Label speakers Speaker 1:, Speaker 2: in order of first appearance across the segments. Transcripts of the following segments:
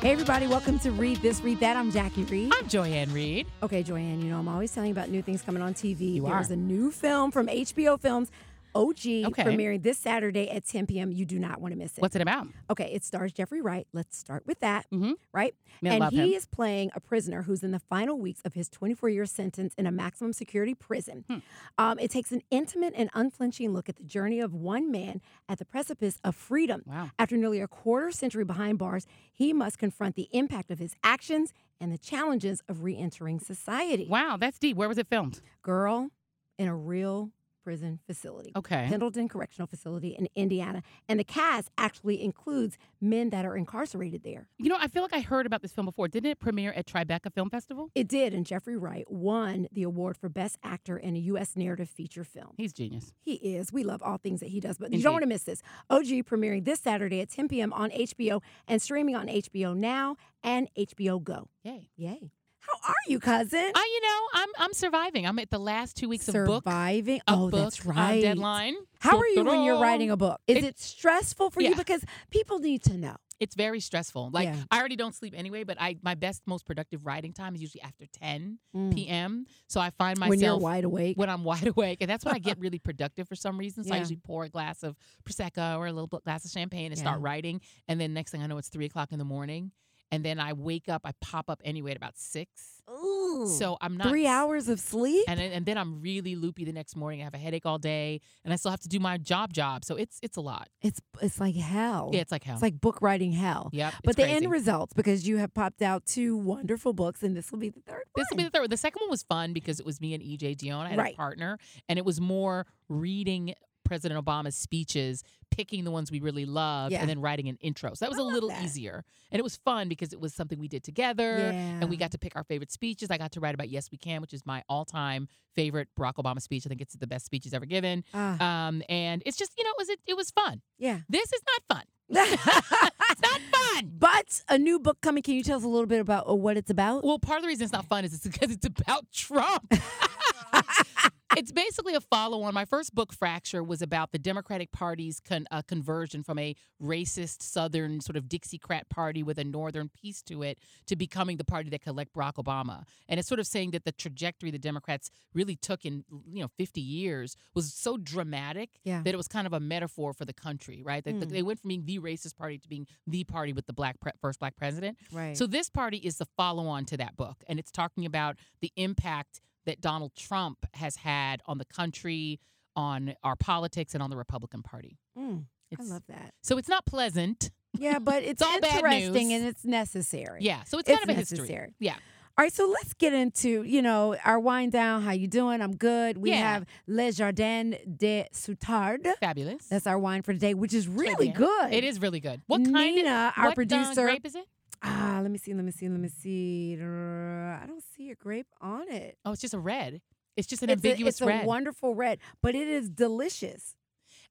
Speaker 1: Hey, everybody, welcome to Read This, Read That. I'm Jackie Reed.
Speaker 2: I'm Joyanne Reed.
Speaker 1: Okay, Joanne, you know, I'm always telling you about new things coming on TV.
Speaker 2: You
Speaker 1: There's
Speaker 2: are.
Speaker 1: a new film from HBO Films, OG,
Speaker 2: Okay.
Speaker 1: premiering this Saturday at 10 p.m. You do not want to miss it.
Speaker 2: What's it about?
Speaker 1: Okay, it stars Jeffrey Wright. Let's start with that,
Speaker 2: Mhm.
Speaker 1: right?
Speaker 2: Yeah,
Speaker 1: and
Speaker 2: love
Speaker 1: he
Speaker 2: him.
Speaker 1: is playing a prisoner who's in the final weeks of his 24 year sentence in a maximum security prison.
Speaker 2: Hmm.
Speaker 1: Um, it takes an intimate and unflinching look at the journey of one man at the precipice of freedom.
Speaker 2: Wow.
Speaker 1: After nearly a quarter century behind bars, he must confront the impact of his actions and the challenges of re entering society.
Speaker 2: Wow, that's deep. Where was it filmed?
Speaker 1: Girl in a real prison facility.
Speaker 2: Okay.
Speaker 1: Pendleton Correctional Facility in Indiana. And the cast actually includes men that are incarcerated there.
Speaker 2: You know, I feel like I heard about this film before. Didn't it premiere at Tribeca Film Festival?
Speaker 1: It did, and Jeffrey Wright won the award for Best Actor in a U.S. Narrative Feature Film.
Speaker 2: He's genius.
Speaker 1: He is. We love all things that he does, but you don't
Speaker 2: Indeed.
Speaker 1: want to miss this. OG premiering this Saturday at 10 p.m. on HBO and streaming on HBO Now and HBO Go.
Speaker 2: Yay.
Speaker 1: Yay. How are you, cousin?
Speaker 2: I, you know, I'm I'm surviving. I'm at the last two weeks of book.
Speaker 1: Surviving.
Speaker 2: a
Speaker 1: oh,
Speaker 2: book
Speaker 1: that's
Speaker 2: uh,
Speaker 1: right.
Speaker 2: deadline.
Speaker 1: How are you when you're
Speaker 2: Da-da-da.
Speaker 1: writing a book? Is it,
Speaker 2: It-
Speaker 1: stressful for you?
Speaker 2: Yeah.
Speaker 1: Because people need to know.
Speaker 2: It's very stressful. Like
Speaker 1: Yeah.
Speaker 2: I already don't sleep anyway, but I my best, most productive writing time is usually after 10
Speaker 1: Mm.
Speaker 2: p.m. So I find myself
Speaker 1: When you're wide awake.
Speaker 2: when I'm wide awake, and that's when I get really productive for some reason. So I
Speaker 1: Yeah.
Speaker 2: usually pour a glass of prosecco or a little bl- glass of champagne and start
Speaker 1: Yeah.
Speaker 2: writing, and then next thing I know, it's three o'clock in the morning, and then I wake up, I pop up anyway at about six.
Speaker 1: Ooh.
Speaker 2: So I'm not
Speaker 1: Three
Speaker 2: s-
Speaker 1: hours of sleep?
Speaker 2: and then- and then I'm really loopy the next morning. I have a headache all day, and I still have to do my job job. So it's it's a lot.
Speaker 1: It's it's like hell.
Speaker 2: Yeah, it's like hell.
Speaker 1: It's like book writing hell.
Speaker 2: yep. it's
Speaker 1: But the
Speaker 2: crazy.
Speaker 1: end results, because you have popped out two wonderful books, and this will be the third
Speaker 2: This will be
Speaker 1: one.
Speaker 2: the third. one. The second one was fun because it was me and EJ Dion. I had
Speaker 1: Right.
Speaker 2: a partner, and it was more reading President Obama's speeches, picking the ones we really loved,
Speaker 1: Yeah.
Speaker 2: and then writing an intro. So that was
Speaker 1: I
Speaker 2: a
Speaker 1: love
Speaker 2: little
Speaker 1: that.
Speaker 2: easier, and it was fun because it was something we did together, and we
Speaker 1: Yeah.
Speaker 2: got to pick our favorite speeches. I got to write about "Yes We Can," which is my all-time favorite Barack Obama speech. I think it's the best speech he's ever given.
Speaker 1: Ah,
Speaker 2: Um, and it's just you know, it was it was fun.
Speaker 1: yeah.
Speaker 2: This is not fun. It's not fun.
Speaker 1: but a new book coming. Can you tell us a little bit about uh, what it's about?
Speaker 2: Well, part of the reason it's not fun is it's because it's about Trump. it's basically a follow on. My first book, Fracture, was about the Democratic Party's con- uh, conversion from a racist Southern sort of Dixiecrat party with a Northern piece to it to becoming the party that could elect Barack Obama. And it's sort of saying that the trajectory the Democrats really took in, you know, 50 years was so dramatic
Speaker 1: Yeah.
Speaker 2: that it was kind of a metaphor for the country, right? That the-
Speaker 1: Mm.
Speaker 2: they went from being the racist party to being the party with the black pre- first black president.
Speaker 1: Right.
Speaker 2: So this party is the follow on to that book, and it's talking about the impact that Donald Trump has had on the country, on our politics, and on the Republican Party.
Speaker 1: Mm, I
Speaker 2: Hmm, It's-
Speaker 1: love that.
Speaker 2: so it's not pleasant.
Speaker 1: Yeah, but it's,
Speaker 2: all bad
Speaker 1: interesting
Speaker 2: news.
Speaker 1: and it's necessary.
Speaker 2: Yeah. So it's,
Speaker 1: It's
Speaker 2: kind of a history.
Speaker 1: necessary.
Speaker 2: Yeah.
Speaker 1: All right, so let's get into, you know, our wind down. How you doing? I'm good. We
Speaker 2: Yeah.
Speaker 1: have Le Jardin de Soutard.
Speaker 2: Fabulous.
Speaker 1: That's our wine for today, which is really
Speaker 2: yeah.
Speaker 1: good.
Speaker 2: it is really good. What kind
Speaker 1: Nina,
Speaker 2: of
Speaker 1: our
Speaker 2: what, uh,
Speaker 1: producer-
Speaker 2: grape is it?
Speaker 1: Ah, let me see, let me see, let me see. I don't see a grape on it.
Speaker 2: Oh, it's just a red. It's just an
Speaker 1: it's a,
Speaker 2: ambiguous
Speaker 1: it's a
Speaker 2: red.
Speaker 1: wonderful red, but it is delicious.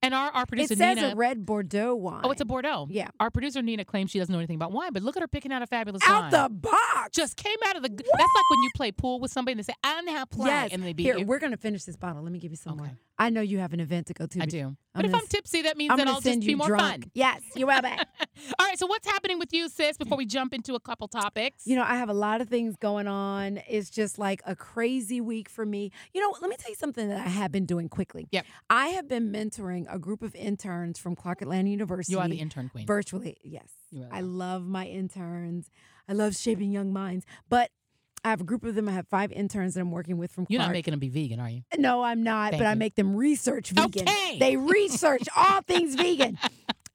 Speaker 2: and our, our producer
Speaker 1: it says
Speaker 2: Nina.
Speaker 1: a red Bordeaux wine.
Speaker 2: oh, it's a Bordeaux.
Speaker 1: Yeah.
Speaker 2: Our producer Nina claims she doesn't know anything about wine, but look at her picking out a fabulous
Speaker 1: out
Speaker 2: wine.
Speaker 1: the box.
Speaker 2: just came out of the. That's like when you play pool with somebody and they say, "I know how to play,"
Speaker 1: yes.
Speaker 2: and they beat
Speaker 1: Here,
Speaker 2: you.
Speaker 1: we're gonna finish this bottle. Let me give you some more.
Speaker 2: Okay.
Speaker 1: I know you have an event to go to.
Speaker 2: I
Speaker 1: but
Speaker 2: do.
Speaker 1: I'm
Speaker 2: But if
Speaker 1: gonna
Speaker 2: I'm tipsy, that means
Speaker 1: I'm
Speaker 2: that
Speaker 1: gonna
Speaker 2: I'll just
Speaker 1: send
Speaker 2: be
Speaker 1: you
Speaker 2: more
Speaker 1: drunk.
Speaker 2: fun.
Speaker 1: Yes, you're well back.
Speaker 2: All right. So what's happening with you, sis? Before we jump into a couple topics,
Speaker 1: You know, I have a lot of things going on. It's just like a crazy week for me. You know, let me tell you something that I have been doing quickly.
Speaker 2: Yep.
Speaker 1: I have been mentoring a group of interns from Clark Atlanta University.
Speaker 2: you are the intern queen.
Speaker 1: virtually. Yes.
Speaker 2: You really
Speaker 1: I
Speaker 2: are.
Speaker 1: love my interns. I love shaping young minds. But I have a group of them. I have five interns that I'm working with from
Speaker 2: You're
Speaker 1: Clark.
Speaker 2: not making them be vegan, are you?
Speaker 1: No, I'm not,
Speaker 2: Thank
Speaker 1: but I
Speaker 2: you.
Speaker 1: make them research vegan.
Speaker 2: Okay.
Speaker 1: They research all things vegan.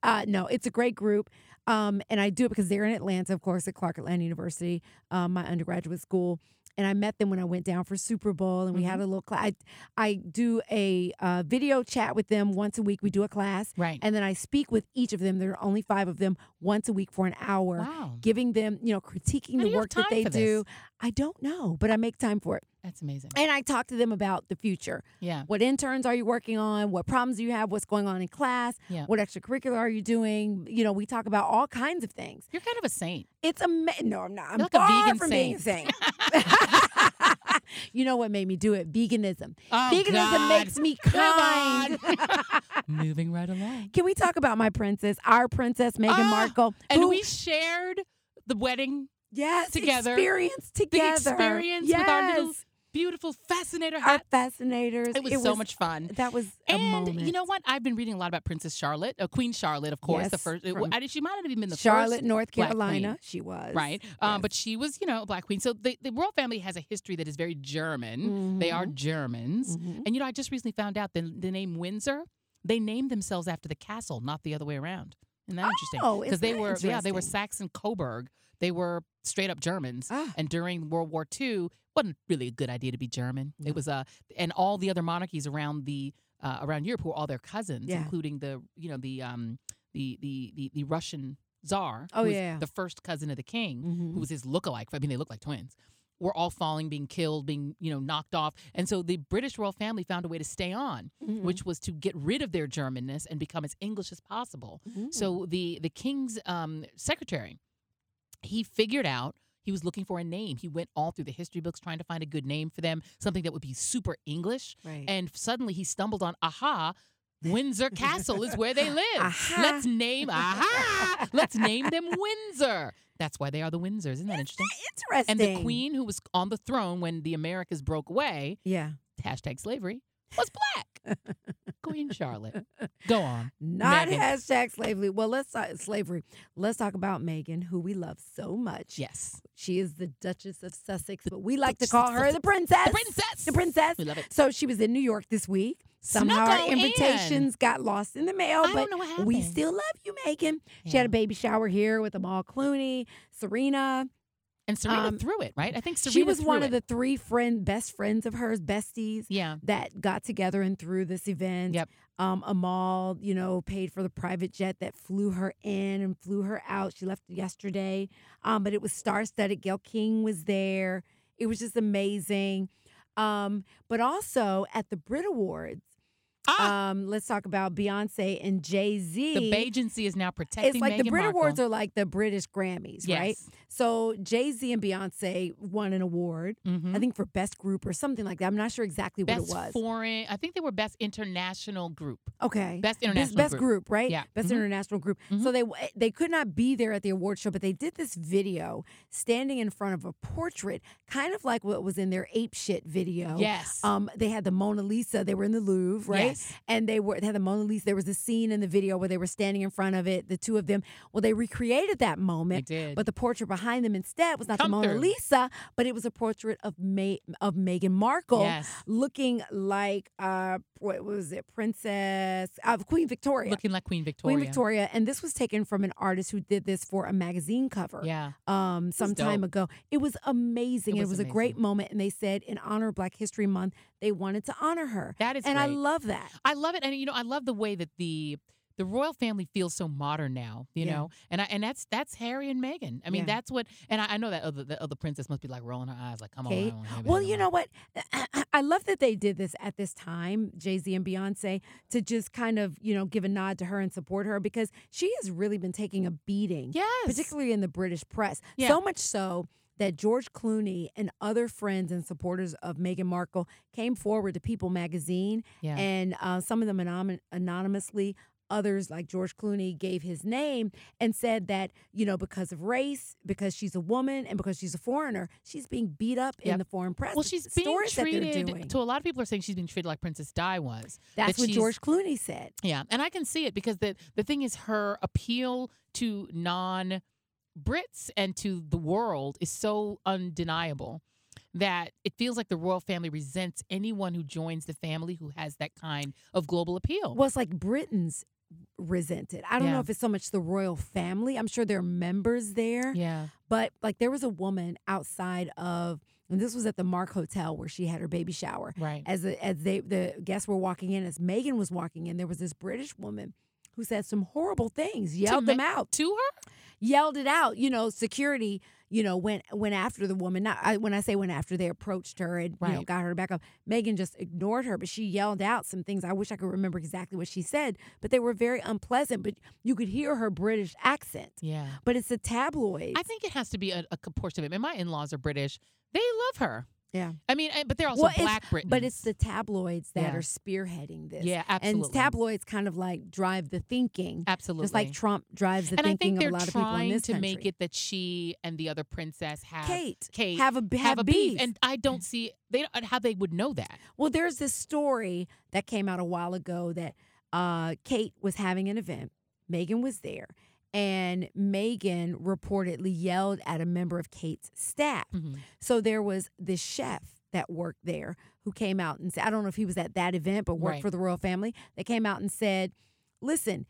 Speaker 1: Uh, no, it's a great group. Um, and I do it because they're in Atlanta, of course, at Clark Atlanta University, um, my undergraduate school. And I met them when I went down for Super Bowl, and we
Speaker 2: Mm-hmm.
Speaker 1: had a little class. I, I do a uh, video chat with them once a week. We do a class,
Speaker 2: Right.
Speaker 1: and then I speak with each of them. There are only five of them once a week for an hour,
Speaker 2: Wow.
Speaker 1: giving them, you know, critiquing
Speaker 2: How do
Speaker 1: the
Speaker 2: you have
Speaker 1: work that
Speaker 2: time
Speaker 1: they
Speaker 2: for
Speaker 1: do.
Speaker 2: this?
Speaker 1: I don't know, but I make time for it.
Speaker 2: That's amazing.
Speaker 1: And I talk to them about the future.
Speaker 2: Yeah.
Speaker 1: What interns are you working on? What problems do you have? What's going on in class?
Speaker 2: Yeah.
Speaker 1: What extracurricular are you doing? You know, we talk about all kinds of things.
Speaker 2: You're kind of a saint.
Speaker 1: It's amazing. No, I'm not. I'm
Speaker 2: You're like a
Speaker 1: far
Speaker 2: vegan
Speaker 1: from being
Speaker 2: saint.
Speaker 1: sane. you know what made me do it? Veganism.
Speaker 2: Oh,
Speaker 1: Veganism
Speaker 2: God.
Speaker 1: makes me
Speaker 2: Come
Speaker 1: kind.
Speaker 2: Moving right along.
Speaker 1: Can we talk about my princess, our princess Meghan
Speaker 2: Ah,
Speaker 1: Markle?
Speaker 2: And
Speaker 1: who-
Speaker 2: we shared the wedding,
Speaker 1: Yes,
Speaker 2: Together.
Speaker 1: experience
Speaker 2: the
Speaker 1: together,
Speaker 2: experience
Speaker 1: yes.
Speaker 2: with our little beautiful fascinator
Speaker 1: our
Speaker 2: hat.
Speaker 1: fascinators.
Speaker 2: it was so much fun.
Speaker 1: That was a
Speaker 2: and
Speaker 1: moment.
Speaker 2: you know what? I've been reading a lot about Princess Charlotte, uh, Queen Charlotte, of course. the
Speaker 1: Yes,
Speaker 2: first, it-
Speaker 1: from
Speaker 2: I, did- she might have even been the
Speaker 1: Charlotte,
Speaker 2: first
Speaker 1: North
Speaker 2: black
Speaker 1: Carolina. She was
Speaker 2: right? Um,
Speaker 1: Yes.
Speaker 2: but she was, you know, a black queen. So the, the royal family has a history that is very German. They are
Speaker 1: Mhm.
Speaker 2: Germans.
Speaker 1: Mhm.
Speaker 2: And, you know, I just recently found out the, the name Windsor, they named themselves after the castle, not the other way around. Isn't that
Speaker 1: Oh,
Speaker 2: interesting? Because
Speaker 1: isn't
Speaker 2: they
Speaker 1: that
Speaker 2: were, yeah, they were
Speaker 1: interesting?
Speaker 2: Saxon Coburg. They were straight up Germans.
Speaker 1: Ah,
Speaker 2: And during World War II, wasn't really a good idea to be German.
Speaker 1: No.
Speaker 2: It was, uh, and all the other monarchies around the uh, around Europe who were all their cousins,
Speaker 1: Yeah.
Speaker 2: including the you know the um the the the, the Russian czar,
Speaker 1: Oh,
Speaker 2: who was
Speaker 1: yeah.
Speaker 2: the first cousin of the king,
Speaker 1: mhm.
Speaker 2: who was his lookalike. I mean, they look like twins. Were all falling, being killed, being you know knocked off, and so the British royal family found a way to stay on,
Speaker 1: Mhm.
Speaker 2: which was to get rid of their Germanness and become as English as possible.
Speaker 1: Mhm.
Speaker 2: So the the king's um, secretary, he figured out he was looking for a name. He went all through the history books trying to find a good name for them, something that would be super English.
Speaker 1: right.
Speaker 2: And suddenly he stumbled on aha. Windsor Castle is where they live.
Speaker 1: Aha.
Speaker 2: Let's name aha. Let's name them Windsor. That's why they are the Windsors. Isn't that interesting?
Speaker 1: interesting.
Speaker 2: And the queen who was on the throne when the Americas broke away,
Speaker 1: yeah,
Speaker 2: hashtag slavery, was black. queen Charlotte. Go on.
Speaker 1: not
Speaker 2: Meghan.
Speaker 1: hashtag slavery. Well, let's talk slavery. Let's talk about Megan, who we love so much.
Speaker 2: Yes.
Speaker 1: She is the Duchess of Sussex, but we like to
Speaker 2: Duchess of
Speaker 1: call her the
Speaker 2: Sussex.
Speaker 1: princess.
Speaker 2: The princess.
Speaker 1: The princess.
Speaker 2: We love it.
Speaker 1: So she was in New York this week. Somehow
Speaker 2: Snuggle
Speaker 1: our
Speaker 2: in.
Speaker 1: invitations got lost in the mail, but
Speaker 2: I don't know what happened.
Speaker 1: we still love you, Megan. She had a baby shower here with Amal Clooney, Serena.
Speaker 2: and Serena
Speaker 1: um,
Speaker 2: threw it, right? I think Serena
Speaker 1: she was
Speaker 2: threw
Speaker 1: one of
Speaker 2: it.
Speaker 1: the three friend best friends of hers, besties
Speaker 2: yeah.
Speaker 1: that got together and through this event.
Speaker 2: Yep.
Speaker 1: Um, Amal, you know, paid for the private jet that flew her in and flew her out. She left yesterday, um, but it was star-studded. Gail King was there. It was just amazing. Um, but also at the Brit Awards,
Speaker 2: Ah,
Speaker 1: um, let's talk about Beyonce and Jay Z.
Speaker 2: the agency is now protecting.
Speaker 1: It's like the
Speaker 2: Meghan
Speaker 1: Brit
Speaker 2: Markle.
Speaker 1: Awards are like the British Grammys,
Speaker 2: yes.
Speaker 1: right? So Jay Z and Beyonce won an award,
Speaker 2: Mhm.
Speaker 1: I think for best group or something like that. I'm not sure exactly
Speaker 2: best
Speaker 1: what it was.
Speaker 2: foreign. I think they were best international group.
Speaker 1: okay,
Speaker 2: Best
Speaker 1: best,
Speaker 2: international
Speaker 1: best
Speaker 2: group.
Speaker 1: group. right?
Speaker 2: Yeah.
Speaker 1: Best
Speaker 2: Mhm.
Speaker 1: international group. So they they could not be there at the award show, but they did this video standing in front of a portrait, kind of like what was in their ape shit video.
Speaker 2: Yes.
Speaker 1: Um, they had the Mona Lisa. They were in the Louvre, right?
Speaker 2: Yes.
Speaker 1: And they were they had the Mona Lisa. There was a scene in the video where they were standing in front of it, the two of them. Well, they recreated that
Speaker 2: They
Speaker 1: moment,
Speaker 2: did.
Speaker 1: but the portrait behind them instead was not
Speaker 2: Come
Speaker 1: the Mona
Speaker 2: through.
Speaker 1: Lisa, but it was a portrait of May of Meghan Markle
Speaker 2: yes.
Speaker 1: looking like uh what was it, Princess of Queen Victoria.
Speaker 2: Looking like Queen Victoria.
Speaker 1: Queen Victoria, and this was taken from an artist who did this for a magazine cover
Speaker 2: Yeah.
Speaker 1: um, some time
Speaker 2: dope.
Speaker 1: ago. It was amazing.
Speaker 2: It
Speaker 1: and
Speaker 2: was
Speaker 1: it was a great
Speaker 2: amazing.
Speaker 1: moment, and they said in honor of Black History Month, they wanted to honor her,
Speaker 2: That is
Speaker 1: and I
Speaker 2: great.
Speaker 1: love that.
Speaker 2: I love it, and you know, I love the way that the the royal family feels so modern now. You
Speaker 1: Yeah.
Speaker 2: know, and I and that's that's Harry and Meghan. I mean,
Speaker 1: Yeah.
Speaker 2: that's what. And I, I know that other the other princess must be like rolling her eyes, like, "Come on, I
Speaker 1: Kate.
Speaker 2: don't wanna hear about
Speaker 1: Well,
Speaker 2: it no
Speaker 1: you
Speaker 2: more."
Speaker 1: know what? I love that they did this at this time, Jay Z and Beyonce, to just kind of you know give a nod to her and support her because she has really been taking a beating.
Speaker 2: Yes.
Speaker 1: particularly in the British press.
Speaker 2: Yeah.
Speaker 1: So much so that George Clooney and other friends and supporters of Meghan Markle came forward to People magazine,
Speaker 2: Yeah.
Speaker 1: and uh, some of them anom- anonymously. Others, like George Clooney, gave his name and said that, you know, because of race, because she's a woman, and because she's a foreigner, she's being beat up in
Speaker 2: Yep.
Speaker 1: the foreign press.
Speaker 2: well, she's being
Speaker 1: stories that they're doing.
Speaker 2: treated. To a lot of people are saying she's being treated like Princess Di was.
Speaker 1: That's
Speaker 2: that
Speaker 1: what
Speaker 2: she's-
Speaker 1: George Clooney said.
Speaker 2: Yeah, and I can see it because the the thing is her appeal to non Brits and to the world is so undeniable that it feels like the royal family resents anyone who joins the family who has that kind of global appeal.
Speaker 1: Well, it's like Britain's resented. I don't know
Speaker 2: Oh. Yeah.
Speaker 1: if it's so much the royal family. I'm sure there are members there,
Speaker 2: yeah.
Speaker 1: but like there was a woman outside of, and this was at the Mark Hotel where she had her baby shower.
Speaker 2: Right.
Speaker 1: As the, as they the guests were walking in, as Megan was walking in, there was this British woman who said some horrible things, yelled them
Speaker 2: Ma-
Speaker 1: out.
Speaker 2: to her?
Speaker 1: yelled it out. You know, security, you know, went went after the woman. Not I, when I say went after, they approached her and you know
Speaker 2: Right.
Speaker 1: got her back up. Megan just ignored her, but she yelled out some things. I wish I could remember exactly what she said, but they were very unpleasant. But you could hear her British accent.
Speaker 2: Yeah.
Speaker 1: But it's a tabloid.
Speaker 2: I think it has to be a, a portion of it. And my in laws are British. They love her.
Speaker 1: Yeah.
Speaker 2: I mean, and- but they're also
Speaker 1: Well, it's-
Speaker 2: black Britons.
Speaker 1: But it's the tabloids that
Speaker 2: Yeah.
Speaker 1: are spearheading this.
Speaker 2: yeah, absolutely.
Speaker 1: And tabloids kind of like drive the thinking,
Speaker 2: absolutely.
Speaker 1: just like Trump drives the
Speaker 2: and I
Speaker 1: thinking
Speaker 2: think they're
Speaker 1: of a lot of people in
Speaker 2: trying
Speaker 1: this
Speaker 2: to
Speaker 1: country.
Speaker 2: make it that she and the other princess have
Speaker 1: Kate,
Speaker 2: Kate,
Speaker 1: have a have,
Speaker 2: have a beef. and I don't see they don't- how they would know that.
Speaker 1: well, there's this story that came out a while ago that uh, Kate was having an event. Megan was there, and Megan reportedly yelled at a member of Kate's staff.
Speaker 2: Mhm.
Speaker 1: So there was this chef that worked there who came out and said, I don't know if he was at that event, but worked
Speaker 2: Right.
Speaker 1: for the royal family. They came out and said, listen,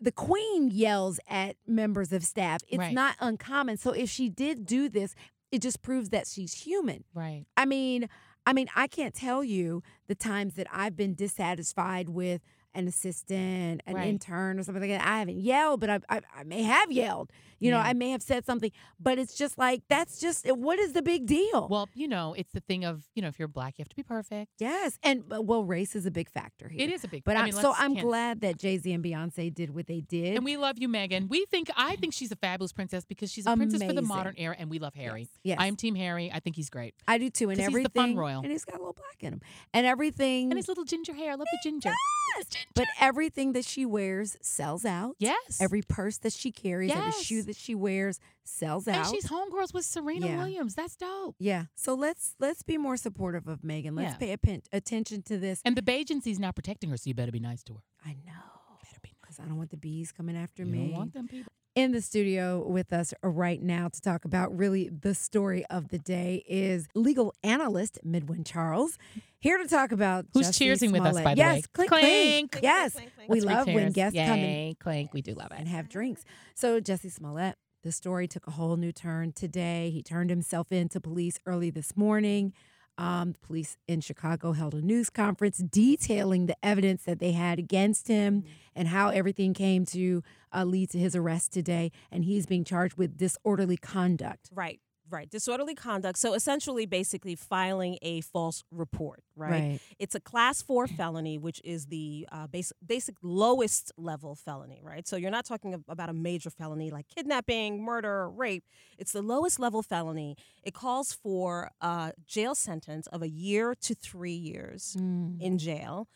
Speaker 1: the queen yells at members of staff. It's
Speaker 2: Right.
Speaker 1: not uncommon. So if she did do this, it just proves that she's human.
Speaker 2: Right.
Speaker 1: I mean, I mean, I can't tell you the times that I've been dissatisfied with an assistant, an
Speaker 2: Right.
Speaker 1: intern, or something like that. I haven't yelled, but I, I, I may have yelled. You know,
Speaker 2: Yeah.
Speaker 1: I may have said something, but it's just like that's just what is the big deal?
Speaker 2: Well, you know, it's the thing of you know, if you're black, you have to be perfect.
Speaker 1: yes, and but- well, race is a big factor here.
Speaker 2: It is a big.
Speaker 1: but
Speaker 2: I
Speaker 1: I
Speaker 2: mean,
Speaker 1: so
Speaker 2: let's-
Speaker 1: I'm
Speaker 2: can't-
Speaker 1: glad that Jay Z and Beyonce did what they did.
Speaker 2: And we love you, Megan. We think I think she's a fabulous princess because she's a princess for the
Speaker 1: Amazing.
Speaker 2: modern era, and we love Harry.
Speaker 1: Yes,
Speaker 2: I'm Team Harry. I think he's great,
Speaker 1: I do too, and
Speaker 2: 'cause he's
Speaker 1: everything.
Speaker 2: the fun royal.
Speaker 1: and he's got a little black in him, and everything.
Speaker 2: and his little ginger hair. I love the ginger.
Speaker 1: yes, but everything that she wears sells out.
Speaker 2: Yes,
Speaker 1: Every purse that she carries, every shoe
Speaker 2: Yes.
Speaker 1: that she wears sells
Speaker 2: and
Speaker 1: out.
Speaker 2: she's homegirls with Serena
Speaker 1: Yeah.
Speaker 2: Williams. That's dope.
Speaker 1: yeah. So let's let's be more supportive of Megan. Let's
Speaker 2: Yeah.
Speaker 1: pay atten- attention to this.
Speaker 2: And the Bajency's now protecting her, so you better be nice to her.
Speaker 1: I know.
Speaker 2: Better be nice.
Speaker 1: Because I don't want the bees coming after
Speaker 2: You
Speaker 1: me.
Speaker 2: don't want them people.
Speaker 1: In the studio with us right now to talk about really the story of the day is legal analyst Midwin Charles. Here to talk about
Speaker 2: Who's
Speaker 1: Jussie
Speaker 2: cheersing with us,
Speaker 1: Smollett.
Speaker 2: by the
Speaker 1: yes,
Speaker 2: way?
Speaker 1: clink, clink.
Speaker 2: Clink.
Speaker 1: Yes, we
Speaker 2: Let's
Speaker 1: love when
Speaker 2: re-cheers.
Speaker 1: guests come in
Speaker 2: Yay, clink. We do love
Speaker 1: and
Speaker 2: it.
Speaker 1: have drinks. So Jesse Smollett, the story took a whole new turn today. He turned himself in to police early this morning. Um, police in Chicago held a news conference detailing the evidence that they had against
Speaker 3: Mm.
Speaker 1: him and how everything came to uh, lead to his arrest today. And he's being charged with disorderly conduct.
Speaker 3: Right, right. Disorderly conduct. So essentially, basically, filing a false report, right? It's a class four felony, which is the uh, basic, basic lowest level felony, right? So you're not talking ab- about a major felony like kidnapping, murder, or rape. It's the lowest level felony. It calls for a jail sentence of a year to three years
Speaker 1: Mm.
Speaker 3: in jail.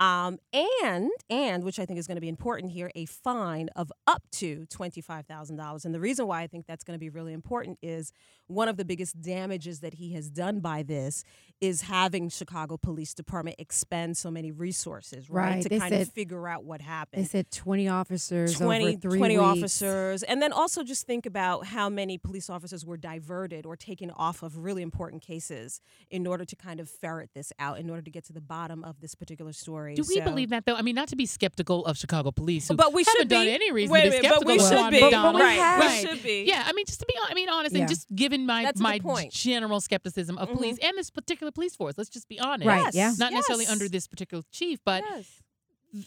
Speaker 3: Um, and and which I think is going to be important here, a fine of up to twenty five thousand dollars. And the reason why I think that's going to be really important is one of the biggest damages that he has done by this is having Chicago Police Department expend so many resources, right,
Speaker 1: Right.
Speaker 3: to
Speaker 1: They
Speaker 3: kind of
Speaker 1: said-
Speaker 3: figure out what
Speaker 1: They
Speaker 3: happened.
Speaker 1: said 20 officers
Speaker 3: 20,
Speaker 1: over three
Speaker 3: 20
Speaker 1: weeks.
Speaker 3: officers. And then also just think about how many police officers were diverted or taken off of really important cases in order to kind of ferret this out, in order to get to the bottom of this particular story.
Speaker 2: Do we
Speaker 3: So-
Speaker 2: believe that though? I mean, not to be skeptical of Chicago police, who
Speaker 3: But we
Speaker 2: haven't
Speaker 3: should be.
Speaker 2: done any reason
Speaker 3: Wait
Speaker 2: to
Speaker 3: a
Speaker 2: be
Speaker 3: minute, but
Speaker 2: skeptical
Speaker 3: we
Speaker 2: of
Speaker 3: should
Speaker 2: Ron
Speaker 3: be.
Speaker 1: But
Speaker 2: McDonald.
Speaker 1: we
Speaker 3: right.
Speaker 1: have-
Speaker 3: We should be.
Speaker 2: Yeah, I mean, just to be, hon- I mean, honest,
Speaker 1: Yeah.
Speaker 2: and just given my
Speaker 3: That's a good
Speaker 2: my
Speaker 3: point.
Speaker 2: general skepticism of
Speaker 3: Mhm.
Speaker 2: police and this particular police force. Let's just be honest.
Speaker 1: Right, yeah.
Speaker 2: Not necessarily
Speaker 3: yes,
Speaker 2: under this particular chief, but
Speaker 3: yes.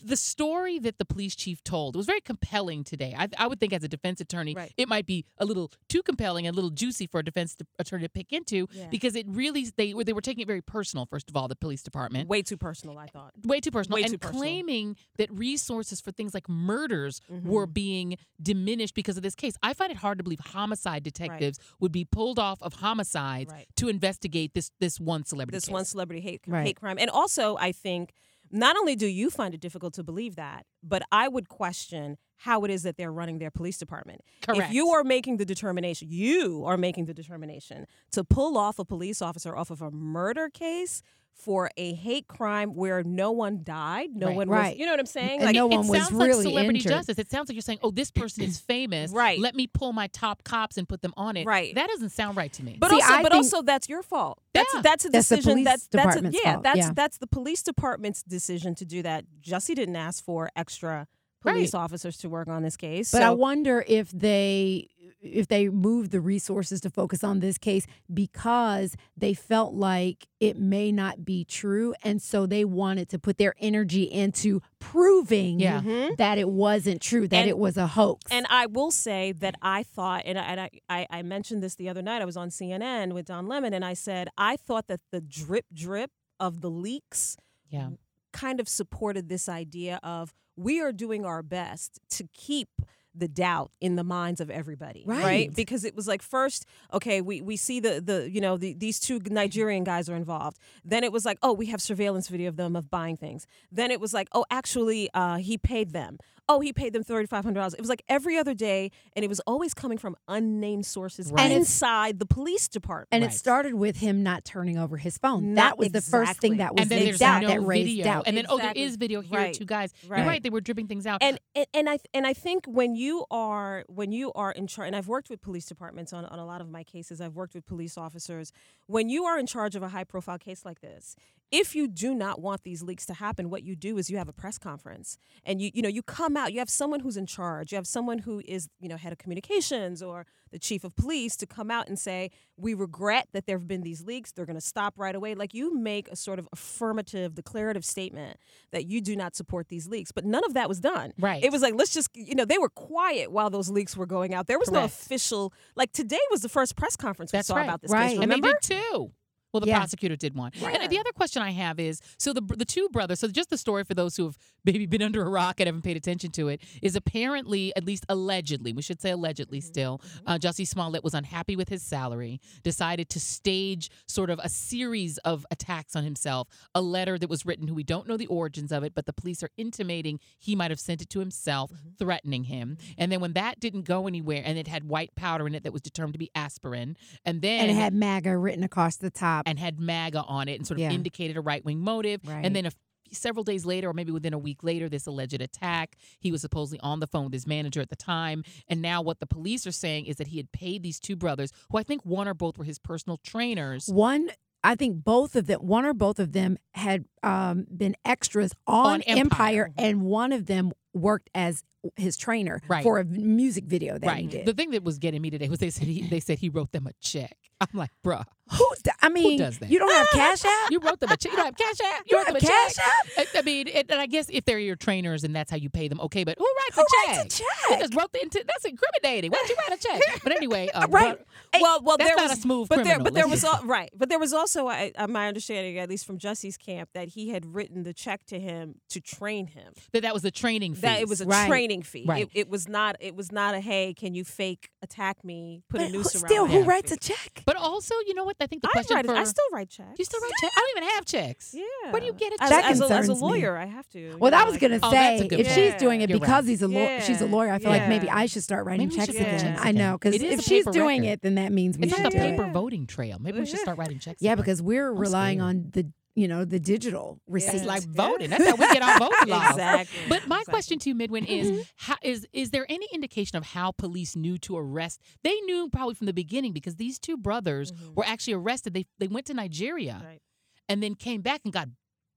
Speaker 2: the story that the police chief told was very compelling today. I, I would think, as a defense attorney,
Speaker 3: Right.
Speaker 2: it might be a little too compelling, and a little juicy for a defense t- attorney to pick into
Speaker 3: Yeah.
Speaker 2: because it really they were they were taking it very personal. First of all, the police department
Speaker 3: Way too personal, I thought.
Speaker 2: way too personal
Speaker 3: Way
Speaker 2: and
Speaker 3: too personal.
Speaker 2: claiming that resources for things like murders
Speaker 3: Mm-hmm.
Speaker 2: were being diminished because of this case. I find it hard to believe homicide detectives would be pulled off of homicides
Speaker 3: Right.
Speaker 2: to investigate this this one celebrity.
Speaker 3: This
Speaker 2: case.
Speaker 3: one celebrity hate,
Speaker 1: Right.
Speaker 3: hate crime. And also, I think not only do you find it difficult to believe that, but I would question how it is that they're running their police department.
Speaker 2: correct.
Speaker 3: If you are making the determination, you are making the determination to pull off a police officer off of a murder case for a hate crime where no one died, no
Speaker 2: Right.
Speaker 3: one was,
Speaker 1: Right.
Speaker 3: you know what I'm saying?
Speaker 1: And
Speaker 3: like,
Speaker 1: no
Speaker 2: it
Speaker 1: one was
Speaker 2: sounds
Speaker 1: really
Speaker 2: like celebrity
Speaker 1: injured.
Speaker 2: justice. It sounds like you're saying, "Oh, this person is famous.
Speaker 3: Right.
Speaker 2: Let me pull my top cops and put them on it."
Speaker 3: Right.
Speaker 2: That doesn't sound right to me.
Speaker 3: But
Speaker 1: See,
Speaker 3: also,
Speaker 1: I
Speaker 3: but
Speaker 1: think-
Speaker 3: also, that's your fault. That's
Speaker 2: Yeah.
Speaker 3: that's a
Speaker 1: That's the
Speaker 3: decision.
Speaker 1: police
Speaker 3: that's that's a,
Speaker 1: department's
Speaker 3: yeah.
Speaker 1: fault,
Speaker 3: That's
Speaker 1: yeah.
Speaker 3: that's the police department's decision to do that. Jussie didn't ask for extra police officers to work on this case.
Speaker 1: But
Speaker 3: so
Speaker 1: I wonder if they if they moved the resources to focus on this case because they felt like it may not be true and so they wanted to put their energy into proving
Speaker 2: Yeah.
Speaker 3: Mhm.
Speaker 1: that it wasn't true that
Speaker 3: And-
Speaker 1: it was a hoax.
Speaker 3: And I will say that I thought, and, I, and I, I, I mentioned this the other night. I was on CNN with Don Lemon, and I said I thought that the drip drip of the leaks
Speaker 2: yeah.
Speaker 3: kind of supported this idea of we are doing our best to keep the doubt in the minds of everybody, right?
Speaker 1: Right.
Speaker 3: Because it was like first, okay, we we see the the you know the, these two Nigerian guys are involved. Then it was like, oh, we have surveillance video of them of buying things. Then it was like, oh, actually, uh, he paid them. Oh, he paid them thirty five hundred dollars. It was like every other day, and it was always coming from unnamed sources
Speaker 2: Right. And it's-
Speaker 3: inside the police department.
Speaker 1: And it
Speaker 2: Right.
Speaker 1: started with him not turning over his phone.
Speaker 3: Not
Speaker 1: that was the first thing
Speaker 3: exactly.
Speaker 1: that was
Speaker 2: and then
Speaker 1: the
Speaker 2: there's
Speaker 1: doubt
Speaker 2: no
Speaker 1: that raised
Speaker 2: video.
Speaker 1: doubt.
Speaker 2: And then oh,
Speaker 3: Exactly.
Speaker 2: there is video here.
Speaker 3: Right.
Speaker 2: Two guys.
Speaker 3: Right.
Speaker 2: You're right. They were dripping things out.
Speaker 3: and and, and I and I think when you are when you are in charge, and I've worked with police departments on, on a lot of my cases. I've worked with police officers. When you are in charge of a high profile case like this, if you do not want these leaks to happen, what you do is you have a press conference, and you you know you come out. You have someone who's in charge. You have someone who is you know head of communications or the chief of police to come out and say we regret that there have been these leaks. They're going to stop right away. Like you make a sort of affirmative, declarative statement that you do not support these leaks. But none of that was done.
Speaker 2: Right.
Speaker 3: It was like, let's just, you know, they were quiet while those leaks were going out. There was no
Speaker 2: Correct.
Speaker 3: official, like today was the first press conference
Speaker 2: That's
Speaker 3: we saw
Speaker 2: right.
Speaker 3: about this
Speaker 1: Right.
Speaker 3: case.
Speaker 2: And
Speaker 3: Remember?
Speaker 2: they did two. Well, the
Speaker 1: Yeah.
Speaker 2: prosecutor did one.
Speaker 3: Right.
Speaker 2: And the other question I have is so the the two brothers, so just the story for those who have maybe been under a rock and haven't paid attention to it, is apparently, at least allegedly, we should say allegedly
Speaker 1: Mm-hmm.
Speaker 2: still, uh, Jussie Smollett was unhappy with his salary, decided to stage sort of a series of attacks on himself, a letter that was written, who we don't know the origins of it, but the police are intimating he might have sent it to himself,
Speaker 1: Mm-hmm.
Speaker 2: threatening him. And then when that didn't go anywhere and it had white powder in it that was determined to be aspirin, and then
Speaker 1: and it had MAGA written across the top.
Speaker 2: and had MAGA on it and sort of
Speaker 1: Yeah.
Speaker 2: indicated a right wing motive.
Speaker 1: Right.
Speaker 2: And then a f- several days later, or maybe within a week later, this alleged attack. He was supposedly on the phone with his manager at the time. And now what the police are saying is that he had paid these two brothers, who I think one or both were his personal trainers.
Speaker 1: One, I think both of them, one or both of them had um, been extras on,
Speaker 2: On Empire. mm-hmm.
Speaker 1: and one of them worked as his trainer
Speaker 2: Right.
Speaker 1: for a v- music video that he
Speaker 2: Right.
Speaker 1: did.
Speaker 2: The thing that was getting me today was they said he, they said he wrote them a check. I'm like, bruh,
Speaker 1: who, d- I mean,
Speaker 2: does that? Ah,
Speaker 1: you don't have Cash App?
Speaker 2: you wrote them a check. You don't have cash app.
Speaker 1: You
Speaker 2: wrote
Speaker 1: don't
Speaker 2: them
Speaker 1: have
Speaker 2: a
Speaker 1: Cash
Speaker 2: check.
Speaker 1: App?
Speaker 2: I- I mean, and, and I guess if they're your trainers and that's how you pay them, okay. But who writes
Speaker 1: Who
Speaker 2: a check?
Speaker 1: writes a
Speaker 2: You
Speaker 1: check?
Speaker 2: just wrote the. inti- That's incriminating. Why'd you write a check? But anyway, uh,
Speaker 1: Right.
Speaker 2: bro-
Speaker 3: well, well,
Speaker 2: That's
Speaker 3: there
Speaker 2: not
Speaker 3: was
Speaker 2: a smooth
Speaker 3: but there,
Speaker 2: criminal.
Speaker 3: but there
Speaker 2: Let's
Speaker 3: was
Speaker 2: just-
Speaker 3: al- right, but there was also, I, I, my understanding, at least from Jesse's camp, that he had written the check to him to train him.
Speaker 2: that that was the training. Fees.
Speaker 3: That it was a
Speaker 1: Right.
Speaker 3: training fee.
Speaker 2: Right.
Speaker 3: It, it was not. It was not a hey, can you fake attack me? Put
Speaker 1: But
Speaker 3: a noose
Speaker 1: who-
Speaker 3: around.
Speaker 1: still,
Speaker 3: my
Speaker 1: who
Speaker 2: Yeah.
Speaker 3: neck
Speaker 1: writes a
Speaker 3: fee."
Speaker 1: check?
Speaker 2: But also, you know what? I think the
Speaker 3: I
Speaker 2: question
Speaker 3: write.
Speaker 2: for
Speaker 3: I still write checks.
Speaker 2: you still write checks. I don't even have checks.
Speaker 3: Yeah.
Speaker 2: Where do you get a
Speaker 3: as,
Speaker 2: check?
Speaker 3: As a, as a
Speaker 1: concerns me.
Speaker 3: lawyer, I have to. you
Speaker 1: Well,
Speaker 3: know,
Speaker 1: that was
Speaker 3: like-
Speaker 1: gonna
Speaker 2: Oh,
Speaker 1: say
Speaker 2: that's a good
Speaker 1: if
Speaker 3: point.
Speaker 1: she's doing it
Speaker 2: You're
Speaker 1: because
Speaker 2: right.
Speaker 1: he's a law- she's a
Speaker 3: Yeah.
Speaker 1: lawyer. I feel like maybe
Speaker 3: Yeah.
Speaker 1: I should start writing
Speaker 2: Maybe we
Speaker 1: checks
Speaker 2: should
Speaker 3: start
Speaker 1: again.
Speaker 3: writing checks
Speaker 1: I know
Speaker 2: again.
Speaker 1: because
Speaker 2: It is
Speaker 1: if
Speaker 2: a
Speaker 1: she's
Speaker 2: paper
Speaker 1: doing
Speaker 2: record.
Speaker 1: it, then that means we
Speaker 2: It's
Speaker 1: should
Speaker 2: like a
Speaker 1: do it.
Speaker 2: paper voting trail. Maybe we should start writing checks.
Speaker 1: Yeah,
Speaker 2: again.
Speaker 1: because we're
Speaker 2: I'm
Speaker 1: relying
Speaker 2: scared.
Speaker 1: on the you know the digital receipts.
Speaker 2: it's like
Speaker 3: Yeah.
Speaker 2: voting. That's how we get our voting laws.
Speaker 3: Exactly.
Speaker 2: But my
Speaker 3: Exactly.
Speaker 2: question to you, Midwin,
Speaker 3: Mm-hmm.
Speaker 2: is how, is is there any indication of how police knew to arrest? They knew probably from the beginning because these two brothers
Speaker 3: Mhm.
Speaker 2: were actually arrested. They they went to Nigeria
Speaker 3: Right.
Speaker 2: and then came back and got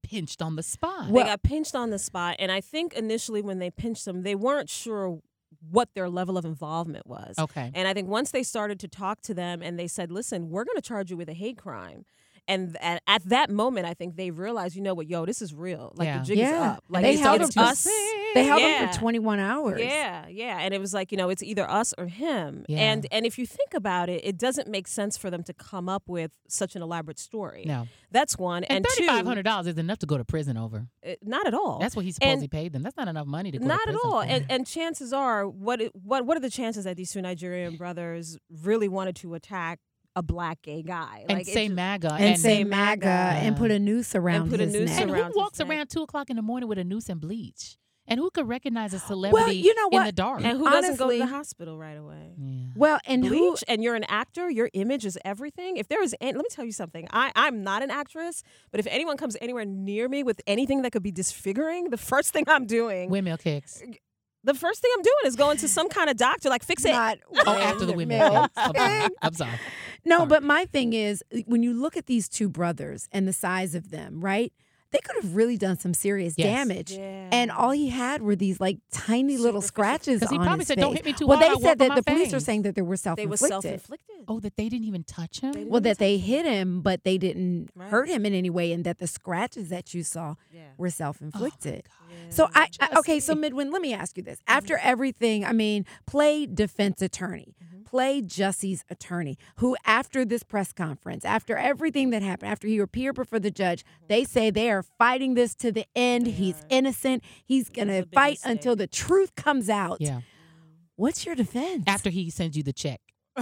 Speaker 2: pinched on the spot.
Speaker 1: Well-
Speaker 3: they got pinched on the spot, and I think initially when they pinched them, they weren't sure what their level of involvement was.
Speaker 2: okay.
Speaker 3: And I think once they started to talk to them and they said, listen, we're going to charge you with a hate crime. And th- at, at that moment, I think they realized, you know what, yo, this is real. Like
Speaker 2: Yeah.
Speaker 3: the jig
Speaker 1: Yeah.
Speaker 3: is up. Like
Speaker 1: They
Speaker 3: it's,
Speaker 1: held
Speaker 3: it's
Speaker 1: them to-
Speaker 3: us.
Speaker 1: They held him
Speaker 3: Yeah.
Speaker 1: for 21 hours.
Speaker 3: Yeah, yeah, and it was like you know it's either us or him,
Speaker 2: Yeah.
Speaker 3: and and if you think about it, it doesn't make sense for them to come up with such an elaborate story.
Speaker 2: No.
Speaker 3: That's one, and,
Speaker 2: And,
Speaker 3: two,
Speaker 2: thirty five hundred dollars is enough to go to prison over.
Speaker 3: uh, not at all.
Speaker 2: That's what he supposedly paid them. That's not enough money to go to
Speaker 3: not at
Speaker 2: prison
Speaker 3: all.
Speaker 2: for.
Speaker 3: And, and chances are, what it- what what are the chances that these two Nigerian brothers really wanted to attack a black gay guy
Speaker 2: and
Speaker 3: it
Speaker 2: say
Speaker 3: just-
Speaker 2: MAGA
Speaker 1: And, say
Speaker 3: say
Speaker 1: MAGA
Speaker 2: MAGA.
Speaker 1: and put a noose around
Speaker 3: put a
Speaker 1: his
Speaker 3: noose
Speaker 1: neck.
Speaker 2: And
Speaker 3: around
Speaker 2: who
Speaker 3: his
Speaker 2: walks
Speaker 3: neck.
Speaker 2: around two o'clock in the morning with a noose and bleach? And who could recognize a celebrity
Speaker 1: you know
Speaker 2: in
Speaker 1: what?
Speaker 2: the dark?
Speaker 3: and who doesn't go to the
Speaker 1: honestly-
Speaker 3: hospital right away?
Speaker 2: yeah.
Speaker 1: Well, and
Speaker 3: Bleach,
Speaker 1: who?
Speaker 3: and you're an actor. Your image is everything. If there is, any, let me tell you something. I I'm not an actress, but if anyone comes anywhere near me with anything that could be disfiguring, the first thing I'm doing,
Speaker 2: Windmill kicks.
Speaker 3: the first thing I'm doing is going to some kind of doctor, like fix it.
Speaker 1: Not
Speaker 2: Oh, after the
Speaker 1: women.
Speaker 2: windmill kicks. I'm sorry. I'm sorry.
Speaker 1: No,
Speaker 2: Sorry.
Speaker 1: but my thing is when you look at these two brothers and the size of them, right? They could have really done some serious
Speaker 2: Yes.
Speaker 1: damage.
Speaker 3: Yeah.
Speaker 1: And all he had were these like tiny little scratches
Speaker 2: Because he
Speaker 1: on
Speaker 2: probably
Speaker 1: his
Speaker 2: said, "Don't
Speaker 1: face."
Speaker 2: hit me too
Speaker 1: Well,
Speaker 2: hard,
Speaker 1: they
Speaker 2: I'll
Speaker 1: said
Speaker 2: work on
Speaker 1: that
Speaker 2: my
Speaker 1: the police are
Speaker 2: face.
Speaker 1: saying that they were self
Speaker 3: they were self-inflicted.
Speaker 2: Oh, that they didn't even touch him?
Speaker 3: They didn't
Speaker 1: Well,
Speaker 3: even
Speaker 1: that they
Speaker 3: touch
Speaker 1: hit him, but they didn't
Speaker 3: Right.
Speaker 1: hurt him in any way, and that the scratches that you saw
Speaker 3: Yeah.
Speaker 1: were self
Speaker 2: Oh, my
Speaker 1: inflicted.
Speaker 2: God.
Speaker 1: so I,
Speaker 2: Yeah,
Speaker 1: I okay. So
Speaker 2: Jesse.
Speaker 1: Midwin, let me ask you this: After
Speaker 3: Mm-hmm.
Speaker 1: everything, I mean, play defense attorney, play Jussie's attorney, who after this press conference, after everything that happened, after he appeared before the judge,
Speaker 3: Mm-hmm.
Speaker 1: they say they are fighting this to the end. He's innocent. He's gonna
Speaker 3: a big
Speaker 1: fight
Speaker 3: mistake.
Speaker 1: until the truth comes out.
Speaker 2: Yeah.
Speaker 1: What's your defense?
Speaker 2: after he sends you the check.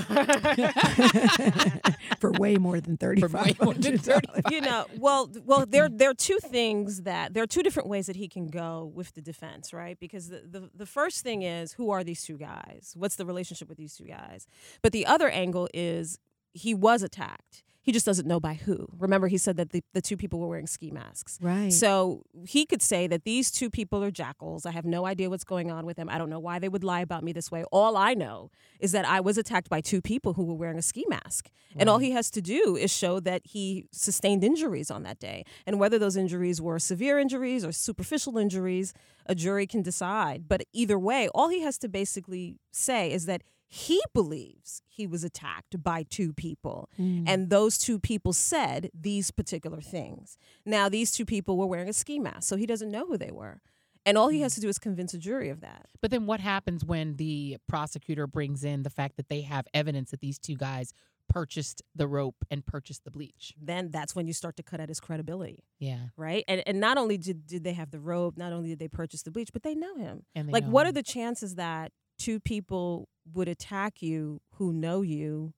Speaker 1: for way more than thirty
Speaker 2: For way
Speaker 1: five
Speaker 2: more than
Speaker 1: hundred dollars.
Speaker 3: you know, well, well, there there are two things that there are two different ways that he can go with the defense, right? Because the, the the first thing is who are these two guys? What's the relationship with these two guys? But the other angle is he was attacked. He just doesn't know by who. Remember, he said that the, the two people were wearing ski masks.
Speaker 1: Right.
Speaker 3: So he could say that these two people are jackals. I have no idea what's going on with them. I don't know why they would lie about me this way. All I know is that I was attacked by two people who were wearing a ski mask. And all he has to do is show that he sustained injuries on that day. And whether those injuries were severe injuries or superficial injuries, a jury can decide. But either way, all he has to basically say is that he believes he was attacked by two people.
Speaker 2: Hmm.
Speaker 3: And those two people said these particular things. Now, these two people were wearing a ski mask, so he doesn't know who they were. And
Speaker 2: Hmm.
Speaker 3: all he has to do is convince a jury of that.
Speaker 2: But then what happens when the prosecutor brings in the fact that they have evidence that these two guys purchased the rope and purchased the bleach?
Speaker 3: Then that's when you start to cut at his credibility,
Speaker 2: Yeah.
Speaker 3: right? And, and not only did, did they have the robe, not only did they purchase the bleach, but they know him.
Speaker 2: And they
Speaker 3: like
Speaker 2: know
Speaker 3: what
Speaker 2: him.
Speaker 3: are the chances that two people would attack you who know you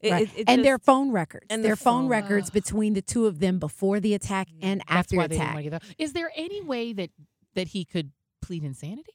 Speaker 3: It-
Speaker 1: Right.
Speaker 3: it- it
Speaker 1: and
Speaker 3: just-
Speaker 1: their phone records,
Speaker 3: and the
Speaker 1: their phone,
Speaker 3: phone- uh,
Speaker 1: records
Speaker 2: Ugh.
Speaker 1: between the two of them before the attack and
Speaker 2: That's
Speaker 1: after
Speaker 2: why they didn't
Speaker 1: attack.
Speaker 2: want to get the- Is there any way that that he could plead insanity?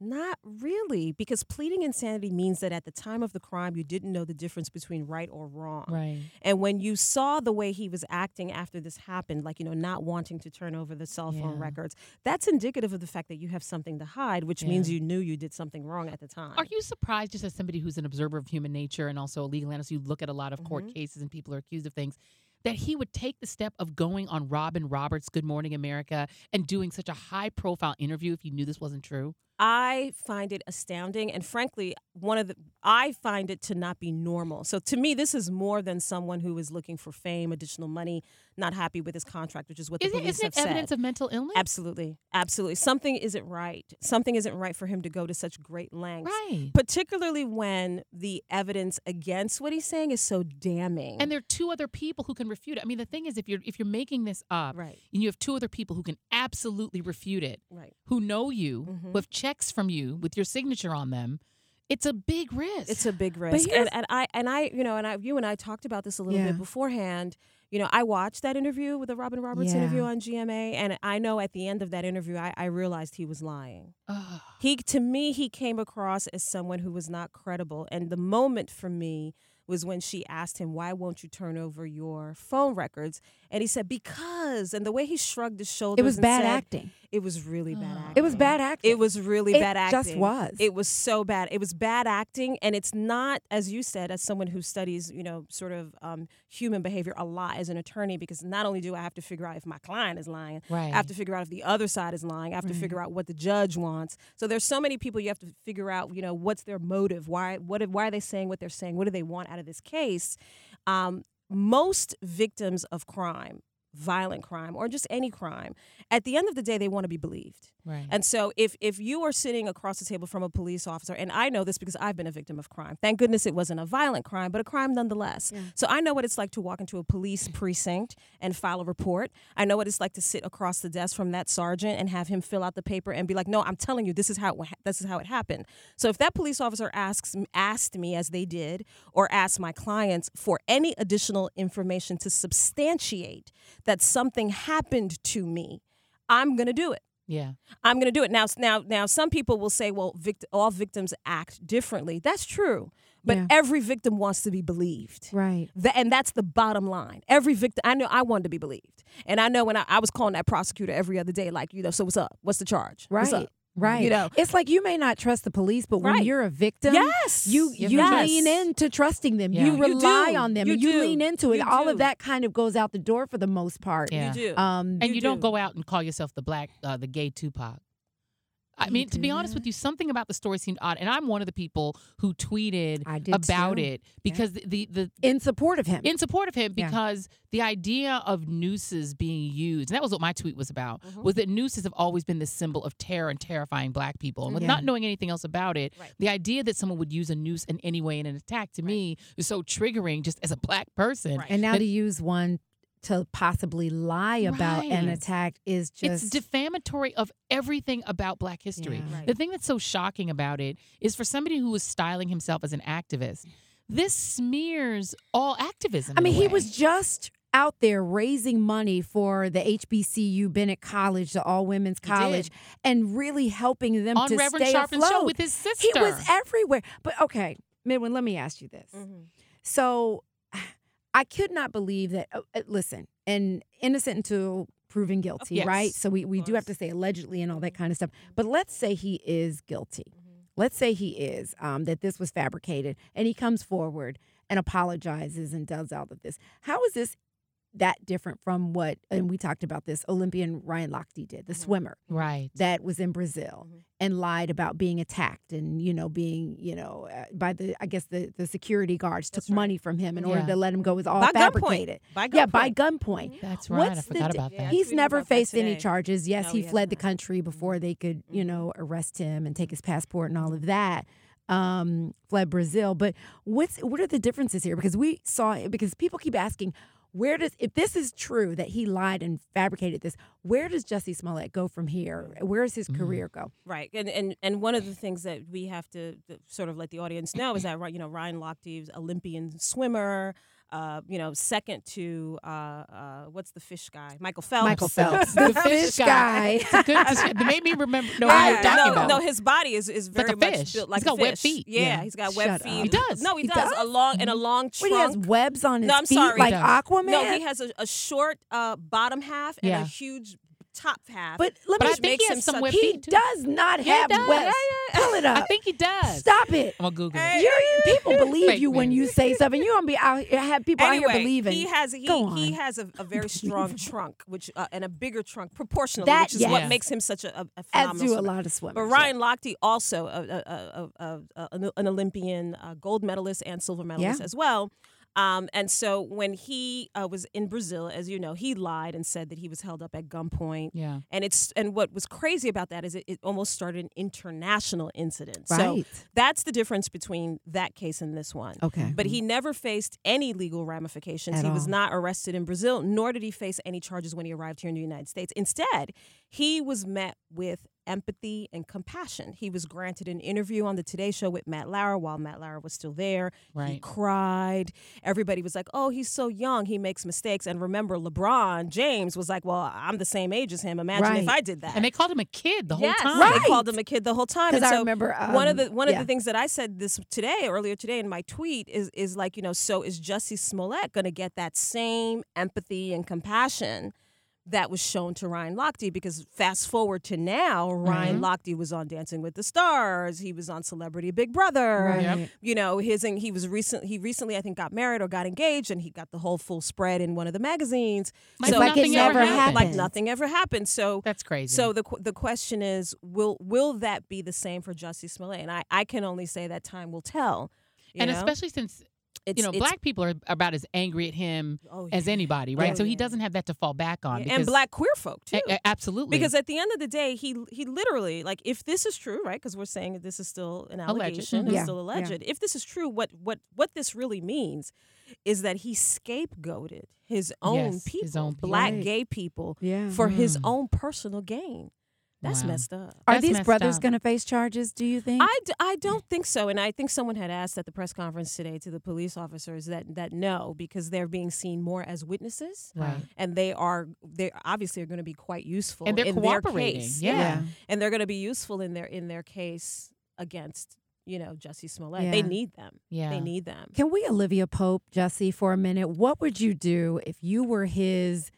Speaker 3: not really because pleading insanity means that at the time of the crime you didn't know the difference between right or wrong
Speaker 2: Right.
Speaker 3: and when you saw the way he was acting after this happened like you know not wanting to turn over the cell phone
Speaker 2: Yeah.
Speaker 3: records that's indicative of the fact that you have something to hide which
Speaker 2: Yeah.
Speaker 3: means you knew you did something wrong at the time
Speaker 2: Are you surprised, just as somebody who's an observer of human nature and also a legal analyst, you look at a lot of
Speaker 3: Mm-hmm.
Speaker 2: court cases and people are accused of things, that he would take the step of going on Robin Roberts' Good Morning America and doing such a high profile interview if you knew this wasn't true?
Speaker 3: I find it astounding, and frankly, one of the I find it to not be normal. So to me, this is more than someone who is looking for fame, additional money, not happy with his contract, which is what the
Speaker 2: Isn't,
Speaker 3: police
Speaker 2: isn't it
Speaker 3: have
Speaker 2: evidence
Speaker 3: said.
Speaker 2: of mental illness?
Speaker 3: absolutely, absolutely, something isn't right. Something isn't right for him to go to such great lengths,
Speaker 2: Right.
Speaker 3: particularly when the evidence against what he's saying is so damning.
Speaker 2: And there are two other people who can refute it. I mean, the thing is, if you're if you're making this up,
Speaker 3: right,
Speaker 2: and you have two other people who can absolutely refute it,
Speaker 3: right.
Speaker 2: who know you,
Speaker 3: Mhm.
Speaker 2: who have checks from you with your signature on them, it's a big risk.
Speaker 3: It's a big risk,
Speaker 1: here's-
Speaker 3: and, and I and I, you know, and I, you and I talked about this a little
Speaker 1: Yeah.
Speaker 3: bit beforehand. You know, I watched that interview with the Robin Roberts
Speaker 1: Yeah.
Speaker 3: interview on GMA, and I know at the end of that interview, I, I realized he was lying.
Speaker 2: Ugh.
Speaker 3: He, to me, he came across as someone who was not credible, and the moment for me was when she asked him, "Why won't you turn over your phone records?" And he said, "Because." And the way he shrugged his shoulders,
Speaker 1: It was
Speaker 3: and
Speaker 1: bad
Speaker 3: said-
Speaker 1: acting.
Speaker 3: It was really bad
Speaker 2: Oh.
Speaker 3: acting.
Speaker 1: It was bad acting.
Speaker 3: Uh-huh. It was really
Speaker 1: It
Speaker 3: bad acting.
Speaker 1: just was.
Speaker 3: It was so bad. It was bad acting, and it's not, as you said, as someone who studies, you know, sort of um, human behavior a lot as an attorney, because not only do I have to figure out if my client is lying,
Speaker 2: Right.
Speaker 3: I have to figure out if the other side is lying. I have
Speaker 1: Mm-hmm.
Speaker 3: to figure out what the judge wants. So there's so many people you have to figure out, you know, what's their motive? Why? What? Why are they saying what they're saying? What do they want out of this case? Um, most victims of crime, violent crime, or just any crime, at the end of the day, they want to be believed.
Speaker 2: right.
Speaker 3: And so if if you are sitting across the table from a police officer, and I know this because I've been a victim of crime. Thank goodness it wasn't a violent crime, but a crime nonetheless. So I know what it's like to walk into a police precinct and file a report. I know what it's like to sit across the desk from that sergeant and have him fill out the paper and be like, "No, I'm telling you, this is how it, wa- this is how it happened." So if that police officer asks asked me as they did, or asked my clients for any additional information to substantiate that something happened to me, I'm gonna do it.
Speaker 2: yeah.
Speaker 3: I'm going to do it now. Now, now, some people will say, "Well, vict- all victims act differently." That's true, but
Speaker 1: Yeah.
Speaker 3: every victim wants to be believed.
Speaker 1: right.
Speaker 3: Tha- and that's the bottom line. Every victim, I know I wanted to be believed, and I know when I, I was calling that prosecutor every other day, like, you know, so what's up? What's the charge? What's
Speaker 1: Right.
Speaker 3: up?
Speaker 1: Right.
Speaker 3: You know.
Speaker 1: it's like you may not trust the police, but when
Speaker 3: Right.
Speaker 1: you're a victim,
Speaker 3: Yes.
Speaker 1: you
Speaker 2: You
Speaker 1: you
Speaker 3: yes.
Speaker 1: lean into trusting them.
Speaker 2: Yeah.
Speaker 1: You
Speaker 2: You
Speaker 1: rely
Speaker 3: do.
Speaker 1: on them.
Speaker 3: You
Speaker 1: and you
Speaker 3: do.
Speaker 1: lean into it.
Speaker 3: You
Speaker 1: All
Speaker 3: do.
Speaker 1: of that kind of goes out the door for the most part.
Speaker 2: Yeah.
Speaker 3: You do.
Speaker 1: Um,
Speaker 2: and you,
Speaker 3: You
Speaker 2: don't
Speaker 3: do.
Speaker 2: go out and call yourself the black, uh, the gay Tupac. I
Speaker 1: You
Speaker 2: mean, to
Speaker 1: do
Speaker 2: be honest
Speaker 1: not.
Speaker 2: with you, something about the story seemed odd, and I'm one of the people who tweeted
Speaker 1: I did
Speaker 2: about
Speaker 1: too.
Speaker 2: it because the, the
Speaker 1: in support of him.
Speaker 2: in support of him
Speaker 1: Yeah.
Speaker 2: because the idea of nooses being used, and that was what my tweet was about,
Speaker 1: Mm-hmm.
Speaker 2: was that nooses have always been this symbol of terror and terrifying black people. And with
Speaker 1: Yeah.
Speaker 2: not knowing anything else about it,
Speaker 3: Right.
Speaker 2: the idea that someone would use a noose in any way in an attack to me is so triggering just as a black person.
Speaker 3: Right.
Speaker 1: and now
Speaker 2: But-
Speaker 1: to use one to possibly lie about an
Speaker 2: Right.
Speaker 1: attack is just
Speaker 2: it's defamatory of everything about black history.
Speaker 1: Yeah.
Speaker 3: Right.
Speaker 2: The thing that's so shocking about it is for somebody who is styling himself as an activist, this smears all activism.
Speaker 1: I
Speaker 2: in a
Speaker 1: mean, he
Speaker 2: way.
Speaker 1: was just out there raising money for the HBCU Bennett College, the all women's
Speaker 2: He
Speaker 1: college,
Speaker 2: did.
Speaker 1: and really helping them
Speaker 2: on
Speaker 1: to
Speaker 2: Reverend
Speaker 1: stay
Speaker 2: Sharpton's
Speaker 1: afloat.
Speaker 2: show with his sister.
Speaker 1: he was everywhere. But okay, Midwin, let me ask you this.
Speaker 3: Mm. Mm-hmm.
Speaker 1: So I could not believe that. Uh, uh, listen, and innocent until proven guilty,
Speaker 2: Yes.
Speaker 1: right? So we, we do have
Speaker 3: course.
Speaker 1: to say allegedly and all that kind of stuff. But let's say he is guilty.
Speaker 3: Mm-hmm.
Speaker 1: Let's say he is, um, that this was fabricated, and he comes forward and apologizes and does all of this. How is this that different from what, and we talked about this, Olympian Ryan Lochte did, the
Speaker 3: Mhm.
Speaker 1: swimmer
Speaker 2: right.
Speaker 1: that was in Brazil
Speaker 3: Mhm.
Speaker 1: and lied about being attacked and you know being you know uh, by the I guess the the security guards
Speaker 3: That's
Speaker 1: took
Speaker 3: right.
Speaker 1: money from him in order
Speaker 2: Yeah.
Speaker 1: to let him go. It was all
Speaker 3: By gunpoint.
Speaker 1: fabricated.
Speaker 3: By gunpoint. Mm-hmm.
Speaker 1: yeah, by gunpoint.
Speaker 2: That's right.
Speaker 1: What's the
Speaker 2: I forgot
Speaker 1: di-
Speaker 2: about
Speaker 3: Yeah,
Speaker 2: that.
Speaker 3: I
Speaker 1: He's
Speaker 3: tweeted
Speaker 1: never
Speaker 3: about that
Speaker 1: faced any
Speaker 3: today.
Speaker 1: charges. Yes,
Speaker 3: No,
Speaker 1: he
Speaker 3: he has
Speaker 1: fled the
Speaker 3: not.
Speaker 1: country before they could you
Speaker 3: Mhm.
Speaker 1: know arrest him and take his passport and all of that. Um, fled Brazil, but what's what are the differences here? Because we saw because people keep asking. Where does if this is true that he lied and fabricated this? Where does Jesse Smollett go from here?
Speaker 3: Mm-hmm.
Speaker 1: Where does his
Speaker 2: Mm.
Speaker 1: career go?
Speaker 3: Right, and and and one of the things that we have to th- sort of let the audience know is that you know Ryan Lochte is Olympian swimmer, uh, you know, second to uh, uh, what's the fish guy, Michael Phelps.
Speaker 1: Michael Phelps,
Speaker 2: The
Speaker 1: the
Speaker 2: fish
Speaker 1: fish
Speaker 2: guy.
Speaker 1: guy.
Speaker 2: It's a good description. It made me remember. No,
Speaker 3: Yeah,
Speaker 2: what you're talking
Speaker 3: no,
Speaker 2: about.
Speaker 3: no, his body is is
Speaker 2: like
Speaker 3: very
Speaker 2: a fish.
Speaker 3: much built like
Speaker 2: He's
Speaker 3: a
Speaker 2: got web
Speaker 3: fish.
Speaker 2: feet.
Speaker 3: Yeah,
Speaker 2: Yeah.
Speaker 3: he's got
Speaker 1: Shut
Speaker 3: web
Speaker 1: up.
Speaker 3: feet.
Speaker 1: He
Speaker 2: does. Mm-hmm.
Speaker 3: No, he,
Speaker 1: He
Speaker 3: does.
Speaker 1: does?
Speaker 3: a long and a long
Speaker 1: What, he has
Speaker 3: trunk.
Speaker 1: webs on his
Speaker 3: No, I'm
Speaker 1: feet
Speaker 3: sorry.
Speaker 1: like
Speaker 2: He does.
Speaker 1: Aquaman?
Speaker 3: no, he has a, a short uh, bottom half and
Speaker 2: Yeah.
Speaker 3: a huge top half.
Speaker 1: but let
Speaker 2: But I
Speaker 1: me
Speaker 3: which
Speaker 2: think
Speaker 1: make
Speaker 2: he
Speaker 3: makes
Speaker 2: has
Speaker 3: him
Speaker 2: some
Speaker 3: such-
Speaker 2: web
Speaker 1: he
Speaker 2: feet, too.
Speaker 1: does not
Speaker 2: Yeah, he
Speaker 1: have
Speaker 2: does.
Speaker 1: webs. Pull it
Speaker 2: I
Speaker 1: up.
Speaker 2: think he does.
Speaker 1: Stop it.
Speaker 2: I'm gonna Google
Speaker 3: Hey.
Speaker 2: it.
Speaker 1: You're, people believe
Speaker 2: Fake
Speaker 1: you when
Speaker 2: news.
Speaker 1: you say something. You're gonna be out here have people out here believing.
Speaker 3: He has he,
Speaker 1: Go
Speaker 3: he
Speaker 1: on.
Speaker 3: has a, a very strong trunk, which uh, and a bigger trunk proportionally,
Speaker 1: That-
Speaker 3: which is
Speaker 2: yes.
Speaker 3: what makes him such a, a, a
Speaker 1: as
Speaker 3: phenomenal.
Speaker 1: do a
Speaker 3: swimmer.
Speaker 1: lot of swimmers.
Speaker 3: But Ryan Lochte also a, a, a, a, a, an Olympian uh, gold medalist and silver medalist as well. Um, and so when he uh, was in Brazil, as you know, he lied and said that he was held up at gunpoint.
Speaker 2: Yeah.
Speaker 3: And it's and what was crazy about that is it, it almost started an international incident. So
Speaker 1: Right.
Speaker 3: that's the difference between that case and this one.
Speaker 1: okay.
Speaker 3: But he never faced any legal ramifications.
Speaker 1: At
Speaker 3: he was
Speaker 1: all.
Speaker 3: not arrested in Brazil, nor did he face any charges when he arrived here in the United States. Instead, he was met with empathy and compassion. He was granted an interview on the Today Show with Matt Lauer while Matt Lauer was still there. He
Speaker 2: Right.
Speaker 3: cried. Everybody was like, oh, he's so young. He makes mistakes. And remember, LeBron James was like, well, I'm the same age as him. Imagine if
Speaker 1: Right.
Speaker 3: I did that.
Speaker 2: And they called him a kid the whole
Speaker 3: Yes,
Speaker 2: time.
Speaker 1: Right.
Speaker 3: They called him a kid the whole time.
Speaker 1: because
Speaker 3: And
Speaker 1: I
Speaker 3: so
Speaker 1: remember
Speaker 3: one of
Speaker 1: um,
Speaker 3: the one of
Speaker 1: yeah.
Speaker 3: the things that I said this today earlier today in my tweet is is like you know so is Jesse Smollett going to get that same empathy and compassion that was shown to Ryan Lochte because fast forward to now Ryan Lochte was on Dancing with the Stars he was on Celebrity Big Brother
Speaker 1: Right.
Speaker 2: Yep.
Speaker 3: you know his and he was recent he recently I think got married or got engaged and he got the whole full spread in one of the magazines
Speaker 2: Like
Speaker 1: like it
Speaker 2: nothing ever
Speaker 1: never
Speaker 2: happened.
Speaker 3: like
Speaker 1: happened.
Speaker 3: nothing ever happened so
Speaker 2: That's crazy.
Speaker 3: so the qu- the question is, will will that be the same for Jussie Smollett? And I, I can only say that time will tell. you
Speaker 2: and
Speaker 3: know?
Speaker 2: especially since
Speaker 3: it's,
Speaker 2: you know
Speaker 3: it's-
Speaker 2: black people are about as angry at him
Speaker 3: oh,
Speaker 2: as
Speaker 3: yeah.
Speaker 2: anybody, right?
Speaker 3: Oh,
Speaker 2: so he
Speaker 3: yeah.
Speaker 2: doesn't have that to fall back on.
Speaker 3: and
Speaker 2: because- e,
Speaker 3: black queer folk too.
Speaker 2: A- a- absolutely.
Speaker 3: because at the end of the day, he he literally like if this is true, right? Because we're saying that this is still an
Speaker 2: Alleged.
Speaker 3: allegation,
Speaker 2: Mhm.
Speaker 3: it's
Speaker 1: Yeah,
Speaker 3: still
Speaker 1: yeah.
Speaker 3: alleged. If this is true, what what what this really means is that he scapegoated his own
Speaker 2: Yes, his
Speaker 3: people,
Speaker 2: own people.
Speaker 3: black
Speaker 1: Right.
Speaker 3: gay people,
Speaker 1: yeah.
Speaker 3: for his
Speaker 2: Mhm.
Speaker 3: own personal gain. That's
Speaker 2: Wow.
Speaker 3: messed up.
Speaker 1: Are
Speaker 2: That's
Speaker 1: these
Speaker 2: messed
Speaker 1: brothers
Speaker 2: up.
Speaker 1: going to face charges? Do you think?
Speaker 3: I, d- I don't think so. And I think someone had asked at the press conference today to the police officers that, that no, because they're being seen more as witnesses.
Speaker 2: right.
Speaker 3: And they are they obviously are going to be quite useful
Speaker 2: And they're
Speaker 3: in
Speaker 2: cooperating,
Speaker 3: Their case.
Speaker 2: yeah.
Speaker 3: and they're going to be useful in their in their case against you know Jesse Smollett. They
Speaker 1: Yeah.
Speaker 3: need them.
Speaker 2: Yeah.
Speaker 3: They need them.
Speaker 1: Can we Olivia Pope, Jesse, for a minute? What would you do if you were his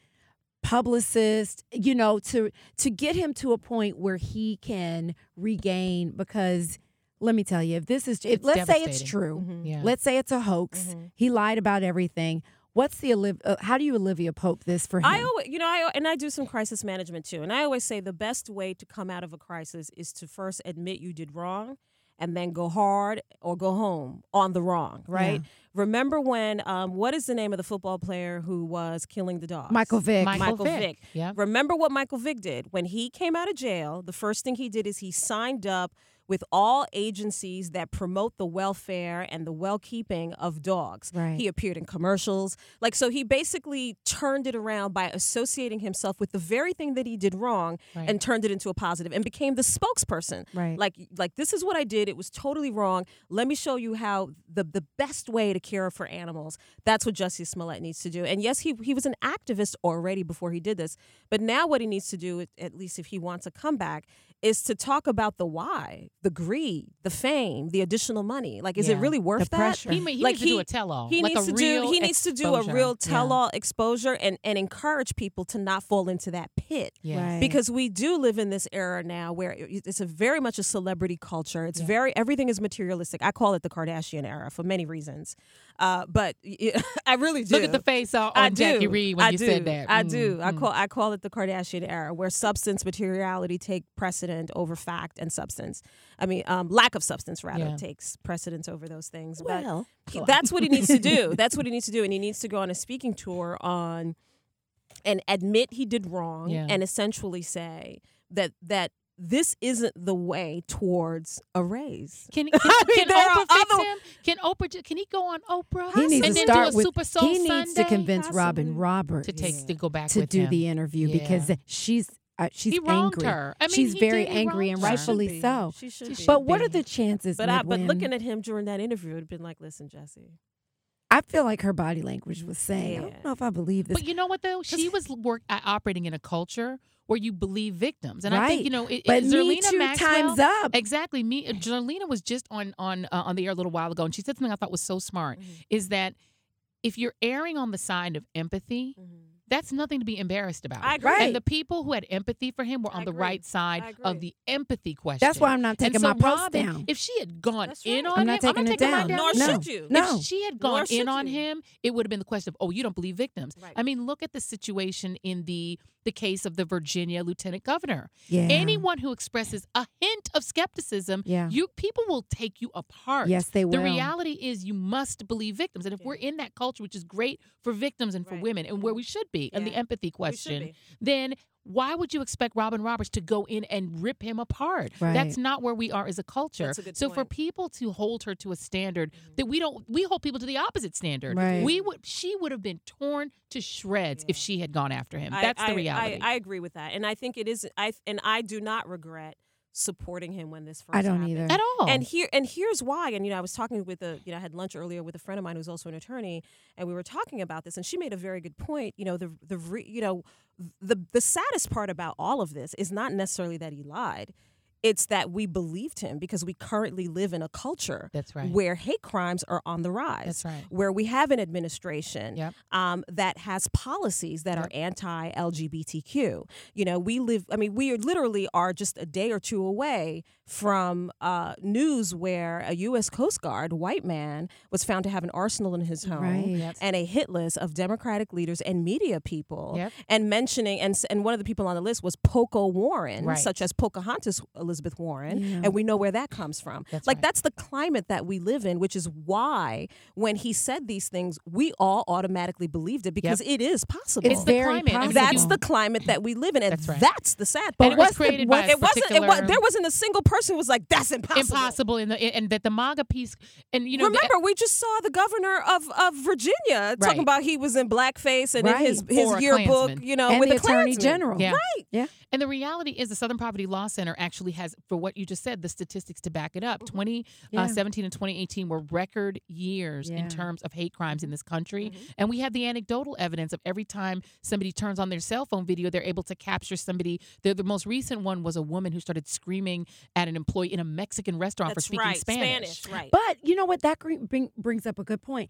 Speaker 1: publicist, you know, to to get him to a point where he can regain because let me tell you, if this is if
Speaker 2: It's
Speaker 1: let's say it's
Speaker 2: devastating. Mm-hmm.
Speaker 1: true.
Speaker 3: Mhm.
Speaker 2: yeah.
Speaker 1: Let's say it's a hoax.
Speaker 3: Mhm.
Speaker 1: He lied about everything. What's the Olivia uh, how do you Olivia Pope this for him?
Speaker 3: I always, you know, I and I do some crisis management too, and I always say the best way to come out of a crisis is to first admit you did wrong, and then go hard or go home on the wrong. Right? Remember when? Um, what is the name of the football player who was killing the dog?
Speaker 1: Michael Vick.
Speaker 3: Michael Vick.
Speaker 2: Yeah.
Speaker 3: Remember what Michael Vick did when he came out of jail? The first thing he did is he signed up with all agencies that promote the welfare and the well keeping of dogs.
Speaker 1: Right.
Speaker 3: He appeared in commercials. Like, so he basically turned it around by associating himself with the very thing that he did wrong
Speaker 2: Right.
Speaker 3: and turned it into a positive and became the spokesperson.
Speaker 1: Right.
Speaker 3: Like, like this is what I did. It was totally wrong. Let me show you how the, the best way to care for animals. That's what Jesse Smollett needs to do. And yes, he, he was an activist already before he did this. But now what he needs to do, at least if he wants a comeback, is to talk about the why, the greed, the fame, the additional money. Like, is it
Speaker 2: Yeah.
Speaker 3: really worth
Speaker 1: The
Speaker 3: that?
Speaker 1: pressure.
Speaker 2: He, may- he
Speaker 3: Like,
Speaker 2: needs to do
Speaker 3: he-
Speaker 2: a tell-all.
Speaker 3: He
Speaker 2: like
Speaker 3: needs
Speaker 2: a
Speaker 3: to do.
Speaker 2: real
Speaker 3: He needs to do a
Speaker 2: exposure.
Speaker 3: real
Speaker 2: Yeah.
Speaker 3: tell-all exposure and and encourage people to not fall into that pit.
Speaker 2: Yes.
Speaker 1: Right.
Speaker 3: Because we do live in this era now where it- it's a very much a celebrity culture. It's
Speaker 2: Yeah.
Speaker 3: very everything is materialistic. I call it the Kardashian era for many reasons, uh, but y- I really do.
Speaker 2: Look at the face on,
Speaker 3: I
Speaker 2: on Jackie
Speaker 3: do.
Speaker 2: Reed when
Speaker 3: I
Speaker 2: you
Speaker 3: do.
Speaker 2: said that.
Speaker 3: I
Speaker 2: Mm,
Speaker 3: do. I
Speaker 2: mm.
Speaker 3: call I call it the Kardashian era, where substance materiality take precedent over fact and substance. I mean, um, lack of substance rather
Speaker 2: Yeah.
Speaker 3: takes precedence over those things. But he- that's what he needs to do. That's what he needs to do, and he needs to go on a speaking tour on and admit he did wrong,
Speaker 2: Yeah.
Speaker 3: and essentially say that that this isn't the way towards a raise.
Speaker 2: Can, can,
Speaker 3: mean,
Speaker 2: can
Speaker 3: there are
Speaker 2: Oprah fix
Speaker 3: other-
Speaker 2: him? Can Oprah? ju- Can he go on Oprah?
Speaker 1: He needs to
Speaker 2: and then
Speaker 1: start
Speaker 2: do a
Speaker 1: with.
Speaker 2: Super Soul
Speaker 1: he needs
Speaker 2: Sunday?
Speaker 1: to convince Robin
Speaker 3: possibly.
Speaker 1: Roberts
Speaker 2: to take
Speaker 3: Yeah.
Speaker 2: to go back
Speaker 1: to
Speaker 2: with
Speaker 1: do
Speaker 2: him.
Speaker 1: the interview because
Speaker 2: Yeah.
Speaker 1: she's uh, she's
Speaker 2: he wronged
Speaker 1: angry.
Speaker 2: her. I mean,
Speaker 1: she's
Speaker 2: he
Speaker 1: very
Speaker 2: did, he
Speaker 1: angry and
Speaker 2: wronged her.
Speaker 1: rightfully
Speaker 3: She should be.
Speaker 1: so.
Speaker 3: She should. be.
Speaker 1: But what are
Speaker 2: be.
Speaker 1: the chances?
Speaker 3: But
Speaker 2: uh,
Speaker 3: I, but
Speaker 1: Midwin-
Speaker 3: looking at him during that interview, it'd been like, listen, Jesse.
Speaker 1: I feel like her body language was saying, I
Speaker 3: Yeah.
Speaker 1: don't know if I believe this.
Speaker 2: But you know what though? She was work uh, operating in a culture where you believe victims, and I
Speaker 1: Right.
Speaker 2: think you know, it,
Speaker 1: But
Speaker 2: it,
Speaker 1: Me
Speaker 2: Zerlina
Speaker 1: Too
Speaker 2: Maxwell,
Speaker 1: time's up.
Speaker 2: Exactly. Me, Jolena was just on on uh, on the air a little while ago, and she said something I thought was so smart:
Speaker 1: Mm-hmm.
Speaker 2: is that if you're erring on the side of empathy,
Speaker 3: Mm-hmm.
Speaker 2: that's nothing to be embarrassed about.
Speaker 3: I agree.
Speaker 1: Right.
Speaker 2: And the people who had empathy for him were
Speaker 3: I
Speaker 2: on the
Speaker 3: agree.
Speaker 2: right
Speaker 3: I
Speaker 2: side
Speaker 3: agree.
Speaker 2: of the empathy question.
Speaker 1: That's why I'm not taking
Speaker 2: and so
Speaker 1: my post
Speaker 2: Robin,
Speaker 1: down.
Speaker 2: If she had gone
Speaker 3: That's
Speaker 2: in
Speaker 3: right.
Speaker 2: on
Speaker 1: I'm
Speaker 2: him,
Speaker 1: not taking
Speaker 2: I'm not
Speaker 1: it
Speaker 2: taking mine
Speaker 1: down.
Speaker 2: down.
Speaker 3: Nor
Speaker 1: No.
Speaker 3: should you.
Speaker 1: No.
Speaker 2: If she had
Speaker 3: Nor
Speaker 2: gone in
Speaker 3: should
Speaker 2: on
Speaker 3: you.
Speaker 2: him, it would have been the question of, oh, you don't believe victims.
Speaker 3: Right.
Speaker 2: I mean, look at the situation in the the case of the Virginia lieutenant governor.
Speaker 1: yeah.
Speaker 2: Anyone who expresses a hint of skepticism,
Speaker 1: Yeah.
Speaker 2: you people will take you apart.
Speaker 1: Yes, they will.
Speaker 2: The reality is you must believe victims. And if we're
Speaker 3: Yeah.
Speaker 2: in that culture, which is great for victims and for
Speaker 3: Right.
Speaker 2: women and where we should be and the
Speaker 3: Yeah.
Speaker 2: empathy
Speaker 3: We should
Speaker 2: question,
Speaker 3: be.
Speaker 2: then why would you expect Robin Roberts to go in and rip him apart?
Speaker 1: Right.
Speaker 2: That's not where we are as a culture.
Speaker 3: That's a good
Speaker 2: so for
Speaker 3: point. Mm-hmm.
Speaker 2: people to hold her to a standard that we don't we hold people to the opposite standard.
Speaker 1: Right.
Speaker 2: We would she would have been torn to shreds if she had gone after him.
Speaker 3: I-
Speaker 2: That's
Speaker 3: I-
Speaker 2: the reality.
Speaker 3: I, I agree with that, and I think it is. I and I do not regret supporting him when this first.
Speaker 1: I don't
Speaker 3: happened.
Speaker 1: either.
Speaker 2: At all.
Speaker 3: And here and here's why. And you know, I was talking with a you know, I had lunch earlier with a friend of mine who's also an attorney, and we were talking about this, and she made a very good point. You know, the the re, you know, the the saddest part about all of this is not necessarily that he lied. It's that we believed him because we currently live in a culture
Speaker 2: That's right.
Speaker 3: where hate crimes are on the rise.
Speaker 2: That's right.
Speaker 3: Where we have an administration
Speaker 2: Yep.
Speaker 3: um, that has policies that are anti LGBTQ. You know, we live, I mean, we are literally are just a day or two away from uh, news where a U.S. Coast Guard white man was found to have an arsenal in his home.
Speaker 1: Right.
Speaker 2: Yep.
Speaker 3: And a hit list of Democratic leaders and media people,
Speaker 2: Yep.
Speaker 3: and mentioning and s- and one of the people on the list was Poco Warren,
Speaker 2: Right.
Speaker 3: such as Pocahontas Elizabeth Warren,
Speaker 1: Yeah.
Speaker 3: and we know where that comes from.
Speaker 2: That's
Speaker 3: like
Speaker 2: right.
Speaker 3: that's the climate that we live in, which is why when he said these things, we all automatically believed it because it is possible.
Speaker 1: it's
Speaker 2: the
Speaker 1: very
Speaker 2: climate. I mean,
Speaker 1: possible.
Speaker 3: that's the climate that we live in, and
Speaker 2: That's
Speaker 3: that's,
Speaker 2: right.
Speaker 3: the sad
Speaker 2: And
Speaker 3: part.
Speaker 2: it was
Speaker 1: what's the-
Speaker 2: created
Speaker 1: what-
Speaker 2: by
Speaker 3: It wasn't. It was,
Speaker 2: particular-
Speaker 3: there wasn't a single person who was like, "That's impossible."
Speaker 2: impossible in the and that the MAGA piece and you know the-
Speaker 3: Remember, we just saw the governor of, of Virginia
Speaker 2: Right.
Speaker 3: talking about he was in blackface and
Speaker 1: Right.
Speaker 3: in his
Speaker 2: Or a
Speaker 3: his yearbook,
Speaker 2: Klansman.
Speaker 3: you know,
Speaker 1: and
Speaker 3: with
Speaker 1: the
Speaker 3: a
Speaker 1: attorney
Speaker 3: Klansman.
Speaker 1: general.
Speaker 2: Yeah.
Speaker 3: Right.
Speaker 1: Yeah.
Speaker 2: and the reality is the Southern Poverty Law Center actually has for what you just said the statistics to back it up. 2017 and 2018 were record years
Speaker 1: Yeah.
Speaker 2: in terms of hate crimes in this country and we have the anecdotal evidence of every time somebody turns on their cell phone video they're able to capture somebody. The, the most recent one was a woman who started screaming at an employee in a Mexican restaurant for
Speaker 3: That's
Speaker 2: speaking
Speaker 3: right.
Speaker 2: Spanish.
Speaker 3: Right.
Speaker 1: But you know what? That gre- bring, brings up a good point.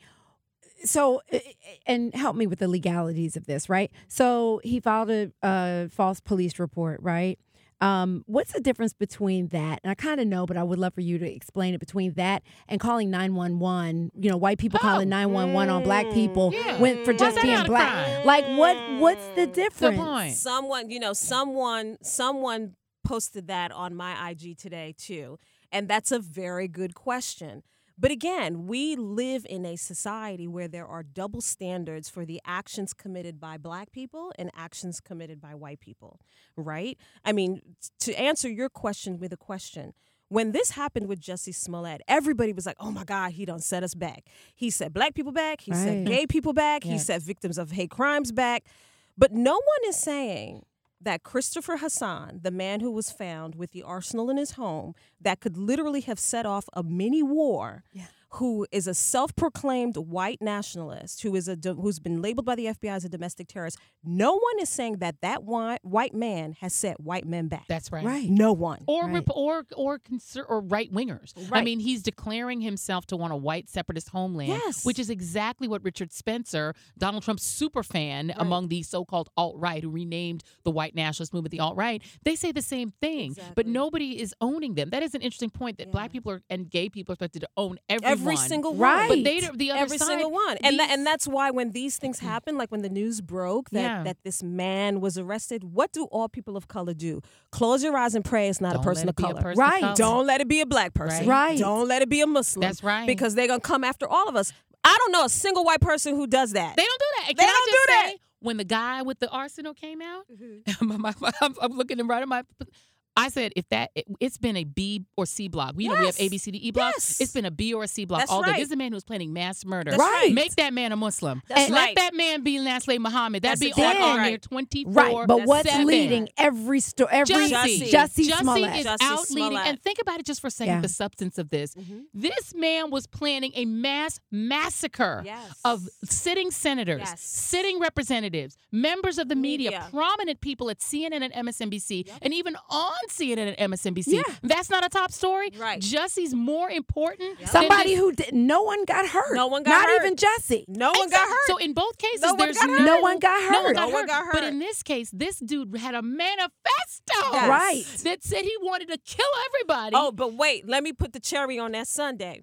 Speaker 1: So, i- i- and help me with the legalities of this, right? So he filed a, a false police report, right? Um, what's the difference between that? And I kind of know, but I would love for you to explain it between that and calling 911, you know, white people
Speaker 2: Oh. mm,
Speaker 1: calling 911 on black people
Speaker 2: Yeah.
Speaker 1: when, for
Speaker 2: Why
Speaker 1: just
Speaker 2: is that
Speaker 1: being
Speaker 2: not a
Speaker 1: black.
Speaker 2: crime?
Speaker 1: Like, what? what's the difference?
Speaker 2: point.
Speaker 3: someone you know someone someone posted that on my ig today too and that's a very good question but again we live in a society where there are double standards for the actions committed by black people and actions committed by white people right i mean t- to answer your question with a question When this happened with Jesse Smollett, everybody was like, "Oh my God, he done set us back." He set black people back. He
Speaker 1: Right.
Speaker 3: set gay people back.
Speaker 1: Yeah.
Speaker 3: He set victims of hate crimes back. But no one is saying that Christopher Hassan, the man who was found with the arsenal in his home that could literally have set off a mini war,
Speaker 1: Yeah.
Speaker 3: who is a self-proclaimed white nationalist, who is a do- who's been labeled by the FBI as a domestic terrorist. No one is saying that that whi- white man has set white men back.
Speaker 2: That's right.
Speaker 1: Right.
Speaker 3: no one.
Speaker 2: Or
Speaker 1: Right.
Speaker 2: rep- or or conser- or right wingers. I
Speaker 3: Right.
Speaker 2: mean, he's declaring himself to want a white separatist homeland,
Speaker 3: Yes.
Speaker 2: which is exactly what Richard Spencer, Donald Trump's super fan among the so-called alt right, who renamed the white nationalist movement the alt right. They say the same thing, but
Speaker 3: Exactly.
Speaker 2: nobody is owning them. That is an interesting point that black people are, and gay people are expected to own everyone.
Speaker 3: Every single
Speaker 1: Right.
Speaker 3: one.
Speaker 2: But they don't- the other
Speaker 3: every
Speaker 2: side,
Speaker 3: single one and tha-
Speaker 2: these- Mm-hmm.
Speaker 3: and that's why when these things happen like when the news broke that
Speaker 2: Yeah.
Speaker 3: that this man was arrested what do all people of color do close your eyes and pray it's not
Speaker 2: Don't
Speaker 3: a
Speaker 2: let
Speaker 3: person
Speaker 2: it
Speaker 3: of
Speaker 2: be a
Speaker 3: color
Speaker 2: person of
Speaker 1: Right.
Speaker 2: color.
Speaker 3: don't let it be a black person
Speaker 1: Right.
Speaker 3: don't let it be a muslim
Speaker 2: That's right.
Speaker 3: because they're gonna come after all of us i don't know a single white person who does that
Speaker 2: They don't do that. And
Speaker 3: They
Speaker 2: Can I just
Speaker 3: don't do that. Mm-hmm.
Speaker 2: say, when the guy with the arsenal came out, my- my- my- I'm, I'm looking him right in my. I said, if that, it, has been a B or C block. We know we have
Speaker 3: Yes.
Speaker 2: A, B, C, D, E block.
Speaker 3: Yes.
Speaker 2: It's been a B or a C block
Speaker 3: That's
Speaker 2: all day.
Speaker 3: right.
Speaker 2: This is a man who's planning mass murder.
Speaker 3: That's right.
Speaker 2: Make that man a Muslim.
Speaker 3: That's
Speaker 2: And
Speaker 3: right.
Speaker 2: Let that man be Nasle Muhammad. That'd
Speaker 3: That's
Speaker 2: be
Speaker 1: exactly
Speaker 2: on, on
Speaker 3: right.
Speaker 2: there 24
Speaker 1: Right, but
Speaker 3: that's
Speaker 1: what's
Speaker 3: seven.
Speaker 1: leading every sto- every
Speaker 2: Jussie.
Speaker 1: Jussie
Speaker 2: Jussie
Speaker 1: Smollett?
Speaker 2: is
Speaker 3: Jussie
Speaker 2: out leading.
Speaker 3: Smollett. Mm-hmm.
Speaker 2: And think about it just for a second,
Speaker 1: Yeah.
Speaker 2: the substance of this. This man was planning a mass massacre
Speaker 3: Yes.
Speaker 2: of sitting senators,
Speaker 3: Yes.
Speaker 2: sitting representatives, members of the media,
Speaker 3: Media.
Speaker 2: prominent people at CNN and MSNBC, and even on CNN and MSNBC.
Speaker 1: Yeah.
Speaker 2: That's not a top story.
Speaker 3: Right.
Speaker 2: Jussie's more important. than
Speaker 1: Somebody
Speaker 2: this-
Speaker 1: who did, no one got hurt.
Speaker 3: No one got
Speaker 1: Not
Speaker 3: hurt.
Speaker 1: even Jussie.
Speaker 3: no one got
Speaker 2: Exactly.
Speaker 3: hurt
Speaker 2: So in both cases,
Speaker 3: No one
Speaker 2: there's
Speaker 3: got hurt.
Speaker 1: No one got
Speaker 2: No one
Speaker 1: hurt.
Speaker 2: got,
Speaker 3: No one
Speaker 2: hurt.
Speaker 3: got
Speaker 2: But
Speaker 3: hurt.
Speaker 2: in this case, this dude had a manifesto.
Speaker 3: Yes.
Speaker 1: Right.
Speaker 2: That said he wanted to kill everybody.
Speaker 3: Oh, but wait, let me put the cherry on that Sunday.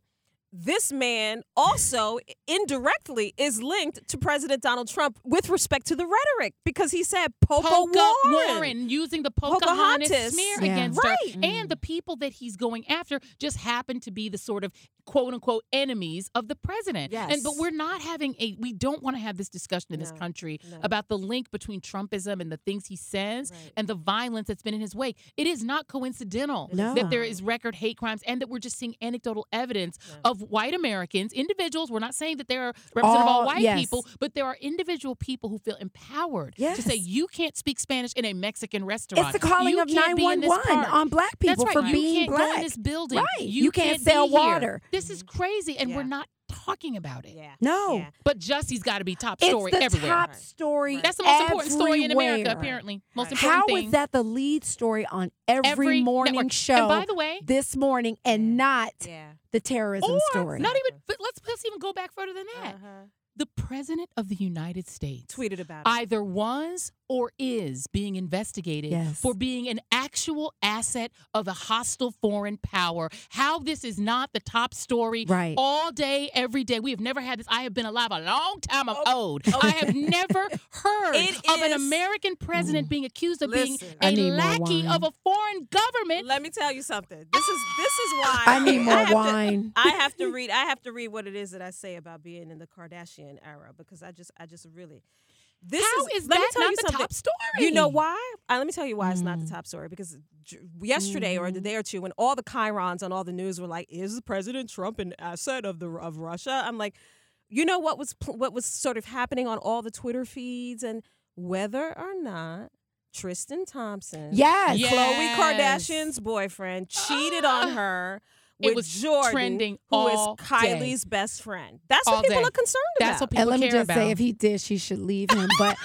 Speaker 3: This man also indirectly is linked to President Donald Trump with respect to the rhetoric because he said Popo,
Speaker 2: Polka
Speaker 3: Warren.
Speaker 2: Warren. using the Pocahontas,
Speaker 3: Pocahontas.
Speaker 2: smear
Speaker 1: Yeah.
Speaker 2: against
Speaker 3: Right.
Speaker 2: her. And the people that he's going after just happen to be the sort of quote unquote enemies of the president.
Speaker 3: Yes.
Speaker 2: And but we're not having a we don't want to have this discussion in this
Speaker 3: No.
Speaker 2: country
Speaker 3: No.
Speaker 2: about the link between Trumpism and the things he says
Speaker 3: Right.
Speaker 2: and the violence that's been in his wake. It is not coincidental
Speaker 1: No.
Speaker 2: that there is record hate crimes and that we're just seeing anecdotal evidence of white Americans, individuals. We're not saying that they are representative of all
Speaker 1: All-
Speaker 2: white
Speaker 1: yes.
Speaker 2: people, but there are individual people who feel empowered to say
Speaker 1: Yes.
Speaker 2: you can't speak Spanish in a Mexican restaurant.
Speaker 1: It's the calling
Speaker 2: You
Speaker 1: of
Speaker 2: can't be in this
Speaker 1: 911
Speaker 2: park.
Speaker 1: on black
Speaker 2: That's
Speaker 1: people
Speaker 2: right.
Speaker 1: for
Speaker 2: you
Speaker 1: being
Speaker 2: can't
Speaker 1: black.
Speaker 2: Go in this building.
Speaker 1: Right. You can't
Speaker 2: be
Speaker 1: sell
Speaker 2: here.
Speaker 1: water.
Speaker 2: This is crazy, and we're
Speaker 3: Yeah.
Speaker 2: not talking about it.
Speaker 3: Yeah.
Speaker 1: No.
Speaker 3: Yeah.
Speaker 2: But Jussie's got to be top
Speaker 1: It's
Speaker 2: story
Speaker 1: the
Speaker 2: everywhere.
Speaker 1: top story.
Speaker 2: That's the most important story in America,
Speaker 1: everywhere.
Speaker 2: apparently. Most
Speaker 3: Right.
Speaker 2: important
Speaker 1: How
Speaker 2: thing.
Speaker 1: is that the lead story on every,
Speaker 2: Every
Speaker 1: morning
Speaker 2: network.
Speaker 1: show
Speaker 2: And by the way,
Speaker 1: this morning and not
Speaker 3: Yeah.
Speaker 1: the terrorism
Speaker 2: or
Speaker 1: story? Uh.
Speaker 2: not even. But let's let's even go back further than that.
Speaker 3: Uh-huh.
Speaker 2: The president of the United States
Speaker 3: Tweeted about it.
Speaker 2: either was or is being investigated
Speaker 1: Yes.
Speaker 2: for being an actual asset of a hostile foreign power. How this is not the top story
Speaker 1: Right.
Speaker 2: all day, every day. We have never had this. I have been alive a long time. I'm old. I have never heard
Speaker 3: It
Speaker 2: of an
Speaker 3: is-
Speaker 2: American president being accused of
Speaker 3: Listen.
Speaker 1: I
Speaker 2: being
Speaker 1: need
Speaker 2: a
Speaker 1: more
Speaker 2: lackey
Speaker 1: wine.
Speaker 2: of a foreign government.
Speaker 3: Let me tell you something. This is this is why
Speaker 1: I need more
Speaker 3: have to-
Speaker 1: wine.
Speaker 3: I have to read. I have to read what it is that I say about being in the Kardashian era because I just, I just really. This
Speaker 2: How is
Speaker 3: let me
Speaker 2: that
Speaker 3: tell
Speaker 2: not
Speaker 3: you
Speaker 2: the
Speaker 3: something.
Speaker 2: top story?
Speaker 3: You know why? Uh, let me tell you why it's
Speaker 2: Hmm.
Speaker 3: not the top story because j- yesterday or the day or two when all the chirons on all the news were like, "Is President Trump an asset of the of Russia?" I'm like, you know what was pl- what was sort of happening on all the Twitter feeds and whether or not Tristan Thompson,
Speaker 1: Yes.
Speaker 2: Yeah.
Speaker 3: Khloe
Speaker 2: Yes.
Speaker 3: Kardashian's boyfriend cheated on her.
Speaker 2: It
Speaker 3: With
Speaker 2: was
Speaker 3: Jordan,
Speaker 2: trending
Speaker 3: who is
Speaker 2: all day.
Speaker 3: Kylie's best friend. That's
Speaker 2: All
Speaker 3: what people
Speaker 2: day.
Speaker 3: are concerned
Speaker 2: That's what
Speaker 3: about.
Speaker 2: people
Speaker 1: And let me
Speaker 2: care
Speaker 1: just
Speaker 2: about.
Speaker 1: say, if he did, she should leave him. But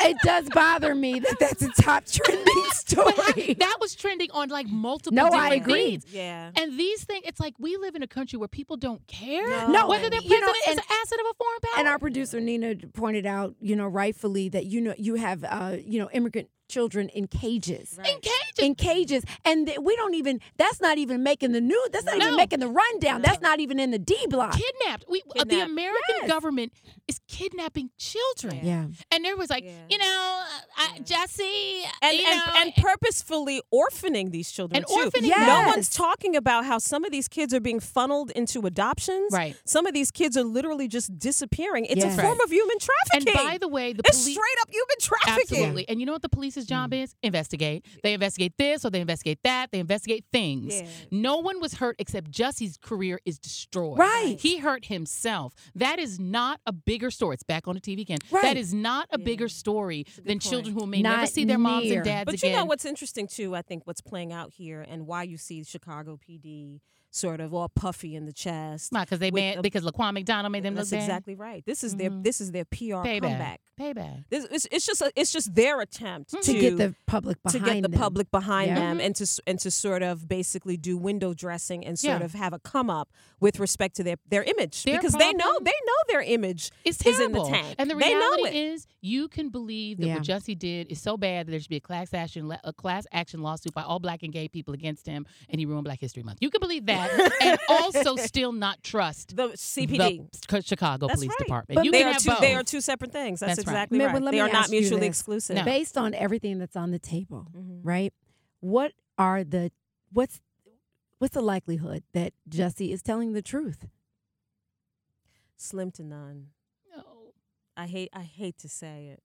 Speaker 1: it does bother me that that's a top trending story.
Speaker 2: that was trending on like multiple
Speaker 1: No, I
Speaker 2: different
Speaker 1: agree.
Speaker 2: feeds.
Speaker 3: yeah.
Speaker 2: And these things, it's like we live in a country where people don't care
Speaker 3: No.
Speaker 2: whether their
Speaker 1: You know,
Speaker 2: president is
Speaker 1: and-
Speaker 2: an asset of a foreign power.
Speaker 1: and our producer Nina pointed out, you know, rightfully that you know you have uh, you know immigrant children in cages.
Speaker 3: Right.
Speaker 2: in cages.
Speaker 1: In cages, and th- we don't even. That's not even making the news. That's not
Speaker 2: No.
Speaker 1: even making the rundown. That's not even in the D block.
Speaker 2: kidnapped. We, uh, the
Speaker 3: Kidnapped.
Speaker 2: American
Speaker 1: Yes.
Speaker 2: government is kidnapping children.
Speaker 1: Yeah,
Speaker 2: And there was like,
Speaker 3: Yeah.
Speaker 2: you know, uh, I, Jesse,
Speaker 3: and,
Speaker 2: you
Speaker 3: and,
Speaker 2: know, eh,
Speaker 3: and purposefully orphaning these children
Speaker 2: And
Speaker 3: too.
Speaker 2: orphaning
Speaker 1: Yes.
Speaker 3: No
Speaker 1: them.
Speaker 3: one's talking about how some of these kids are being funneled into adoptions.
Speaker 2: Right.
Speaker 3: Some of these kids are literally just disappearing. It's
Speaker 1: Yes.
Speaker 3: a form of human
Speaker 2: and
Speaker 3: trafficking.
Speaker 2: by the way, the
Speaker 3: it's
Speaker 2: police
Speaker 3: straight up human trafficking.
Speaker 2: absolutely. And you know what the police cases job
Speaker 3: Mm.
Speaker 2: is? Investigate. They investigate this or they investigate that. They investigate things.
Speaker 3: Yeah.
Speaker 2: No one was hurt except Jesse's career is destroyed.
Speaker 1: Right.
Speaker 2: He hurt himself. That is not a bigger story. It's back on the TV again.
Speaker 1: Right.
Speaker 2: That is not a
Speaker 3: Yeah.
Speaker 2: bigger story
Speaker 3: a good
Speaker 2: than
Speaker 3: point.
Speaker 2: children who may never
Speaker 1: Not
Speaker 2: see their moms
Speaker 1: near.
Speaker 2: and dads
Speaker 3: But
Speaker 2: again.
Speaker 3: you know what's interesting too, I think what's playing out here and why you see Chicago PD sort of all puffy in the chest.
Speaker 2: Not because they
Speaker 3: with
Speaker 2: made
Speaker 3: the-
Speaker 2: because Laquan McDonald made them
Speaker 3: That's
Speaker 2: look bad.
Speaker 3: exactly right. This is their
Speaker 2: Mhm.
Speaker 3: this is their PR
Speaker 2: Payback.
Speaker 3: comeback.
Speaker 2: Payback.
Speaker 3: This it's, it's just a, it's just their attempt
Speaker 2: Mhm.
Speaker 1: to, get the public
Speaker 3: to
Speaker 1: behind
Speaker 3: get the
Speaker 1: them.
Speaker 3: public behind
Speaker 1: Yeah.
Speaker 3: them and to s- and to sort of basically do window dressing and sort
Speaker 2: Yeah.
Speaker 3: of have a come up with respect to their their image
Speaker 2: Their
Speaker 3: because they know
Speaker 2: problem-
Speaker 3: they know their image
Speaker 2: It's
Speaker 3: is in the
Speaker 2: terrible.
Speaker 3: tank.
Speaker 2: And the
Speaker 3: They know
Speaker 2: reality
Speaker 3: it.
Speaker 2: is, you can believe that
Speaker 1: Yeah.
Speaker 2: what Jussie did is so bad that there should be a class action a class action lawsuit by all black and gay people against him, and he ruined Black History Month. You can believe that, and also still not trust
Speaker 3: the CPD.
Speaker 2: the Chicago
Speaker 3: That's
Speaker 2: Police
Speaker 3: right.
Speaker 2: Department.
Speaker 1: But
Speaker 2: you
Speaker 3: they
Speaker 2: can
Speaker 3: are
Speaker 2: have
Speaker 3: two
Speaker 2: both.
Speaker 3: they are two separate things.
Speaker 2: That's
Speaker 3: That's,
Speaker 2: right.
Speaker 3: exactly
Speaker 1: Ma'am,
Speaker 3: right.
Speaker 1: well, let
Speaker 3: They
Speaker 1: me
Speaker 3: are not
Speaker 1: ask you
Speaker 3: mutually
Speaker 1: this.
Speaker 3: exclusive.
Speaker 2: No.
Speaker 1: Based on everything that's on the table,
Speaker 3: Mhm.
Speaker 1: right? What are the what's what's the likelihood that Jesse is telling the truth?
Speaker 3: Slim to none.
Speaker 2: No.
Speaker 3: I hate I hate to say it.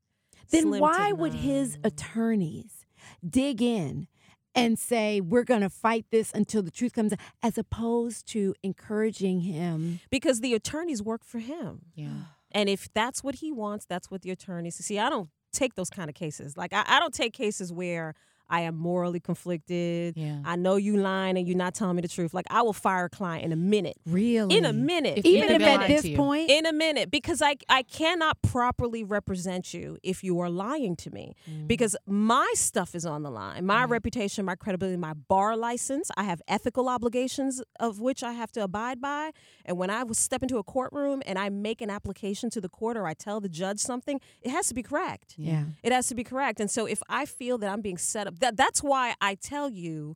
Speaker 1: Then
Speaker 3: Slim to
Speaker 1: why would his
Speaker 3: none.
Speaker 1: attorneys dig in and say we're going to fight this until the truth comes out, as opposed to encouraging him?
Speaker 3: because the attorneys work for him.
Speaker 2: Yeah.
Speaker 3: And if that's what he wants, that's what the attorneys see. I don't take those kind of cases. Like I, I don't take cases where I am morally conflicted.
Speaker 2: Yeah.
Speaker 3: I know you lying and you're not telling me the truth. Like I will fire a client in a minute.
Speaker 1: Really,
Speaker 3: In a minute.
Speaker 2: If
Speaker 1: even
Speaker 2: they've
Speaker 1: if
Speaker 2: been
Speaker 1: at
Speaker 2: lying to
Speaker 1: this
Speaker 2: you.
Speaker 1: point,
Speaker 3: in a minute because I I cannot properly represent you if you are lying to me because my stuff is on the line. My reputation, my credibility, my bar license, I have ethical obligations of which I have to abide by. And when I was step into a courtroom and I make an application to the court or I tell the judge something, it has to be correct.
Speaker 1: yeah,
Speaker 3: It has to be correct. And so if I feel that I'm being set up, that that's why I tell you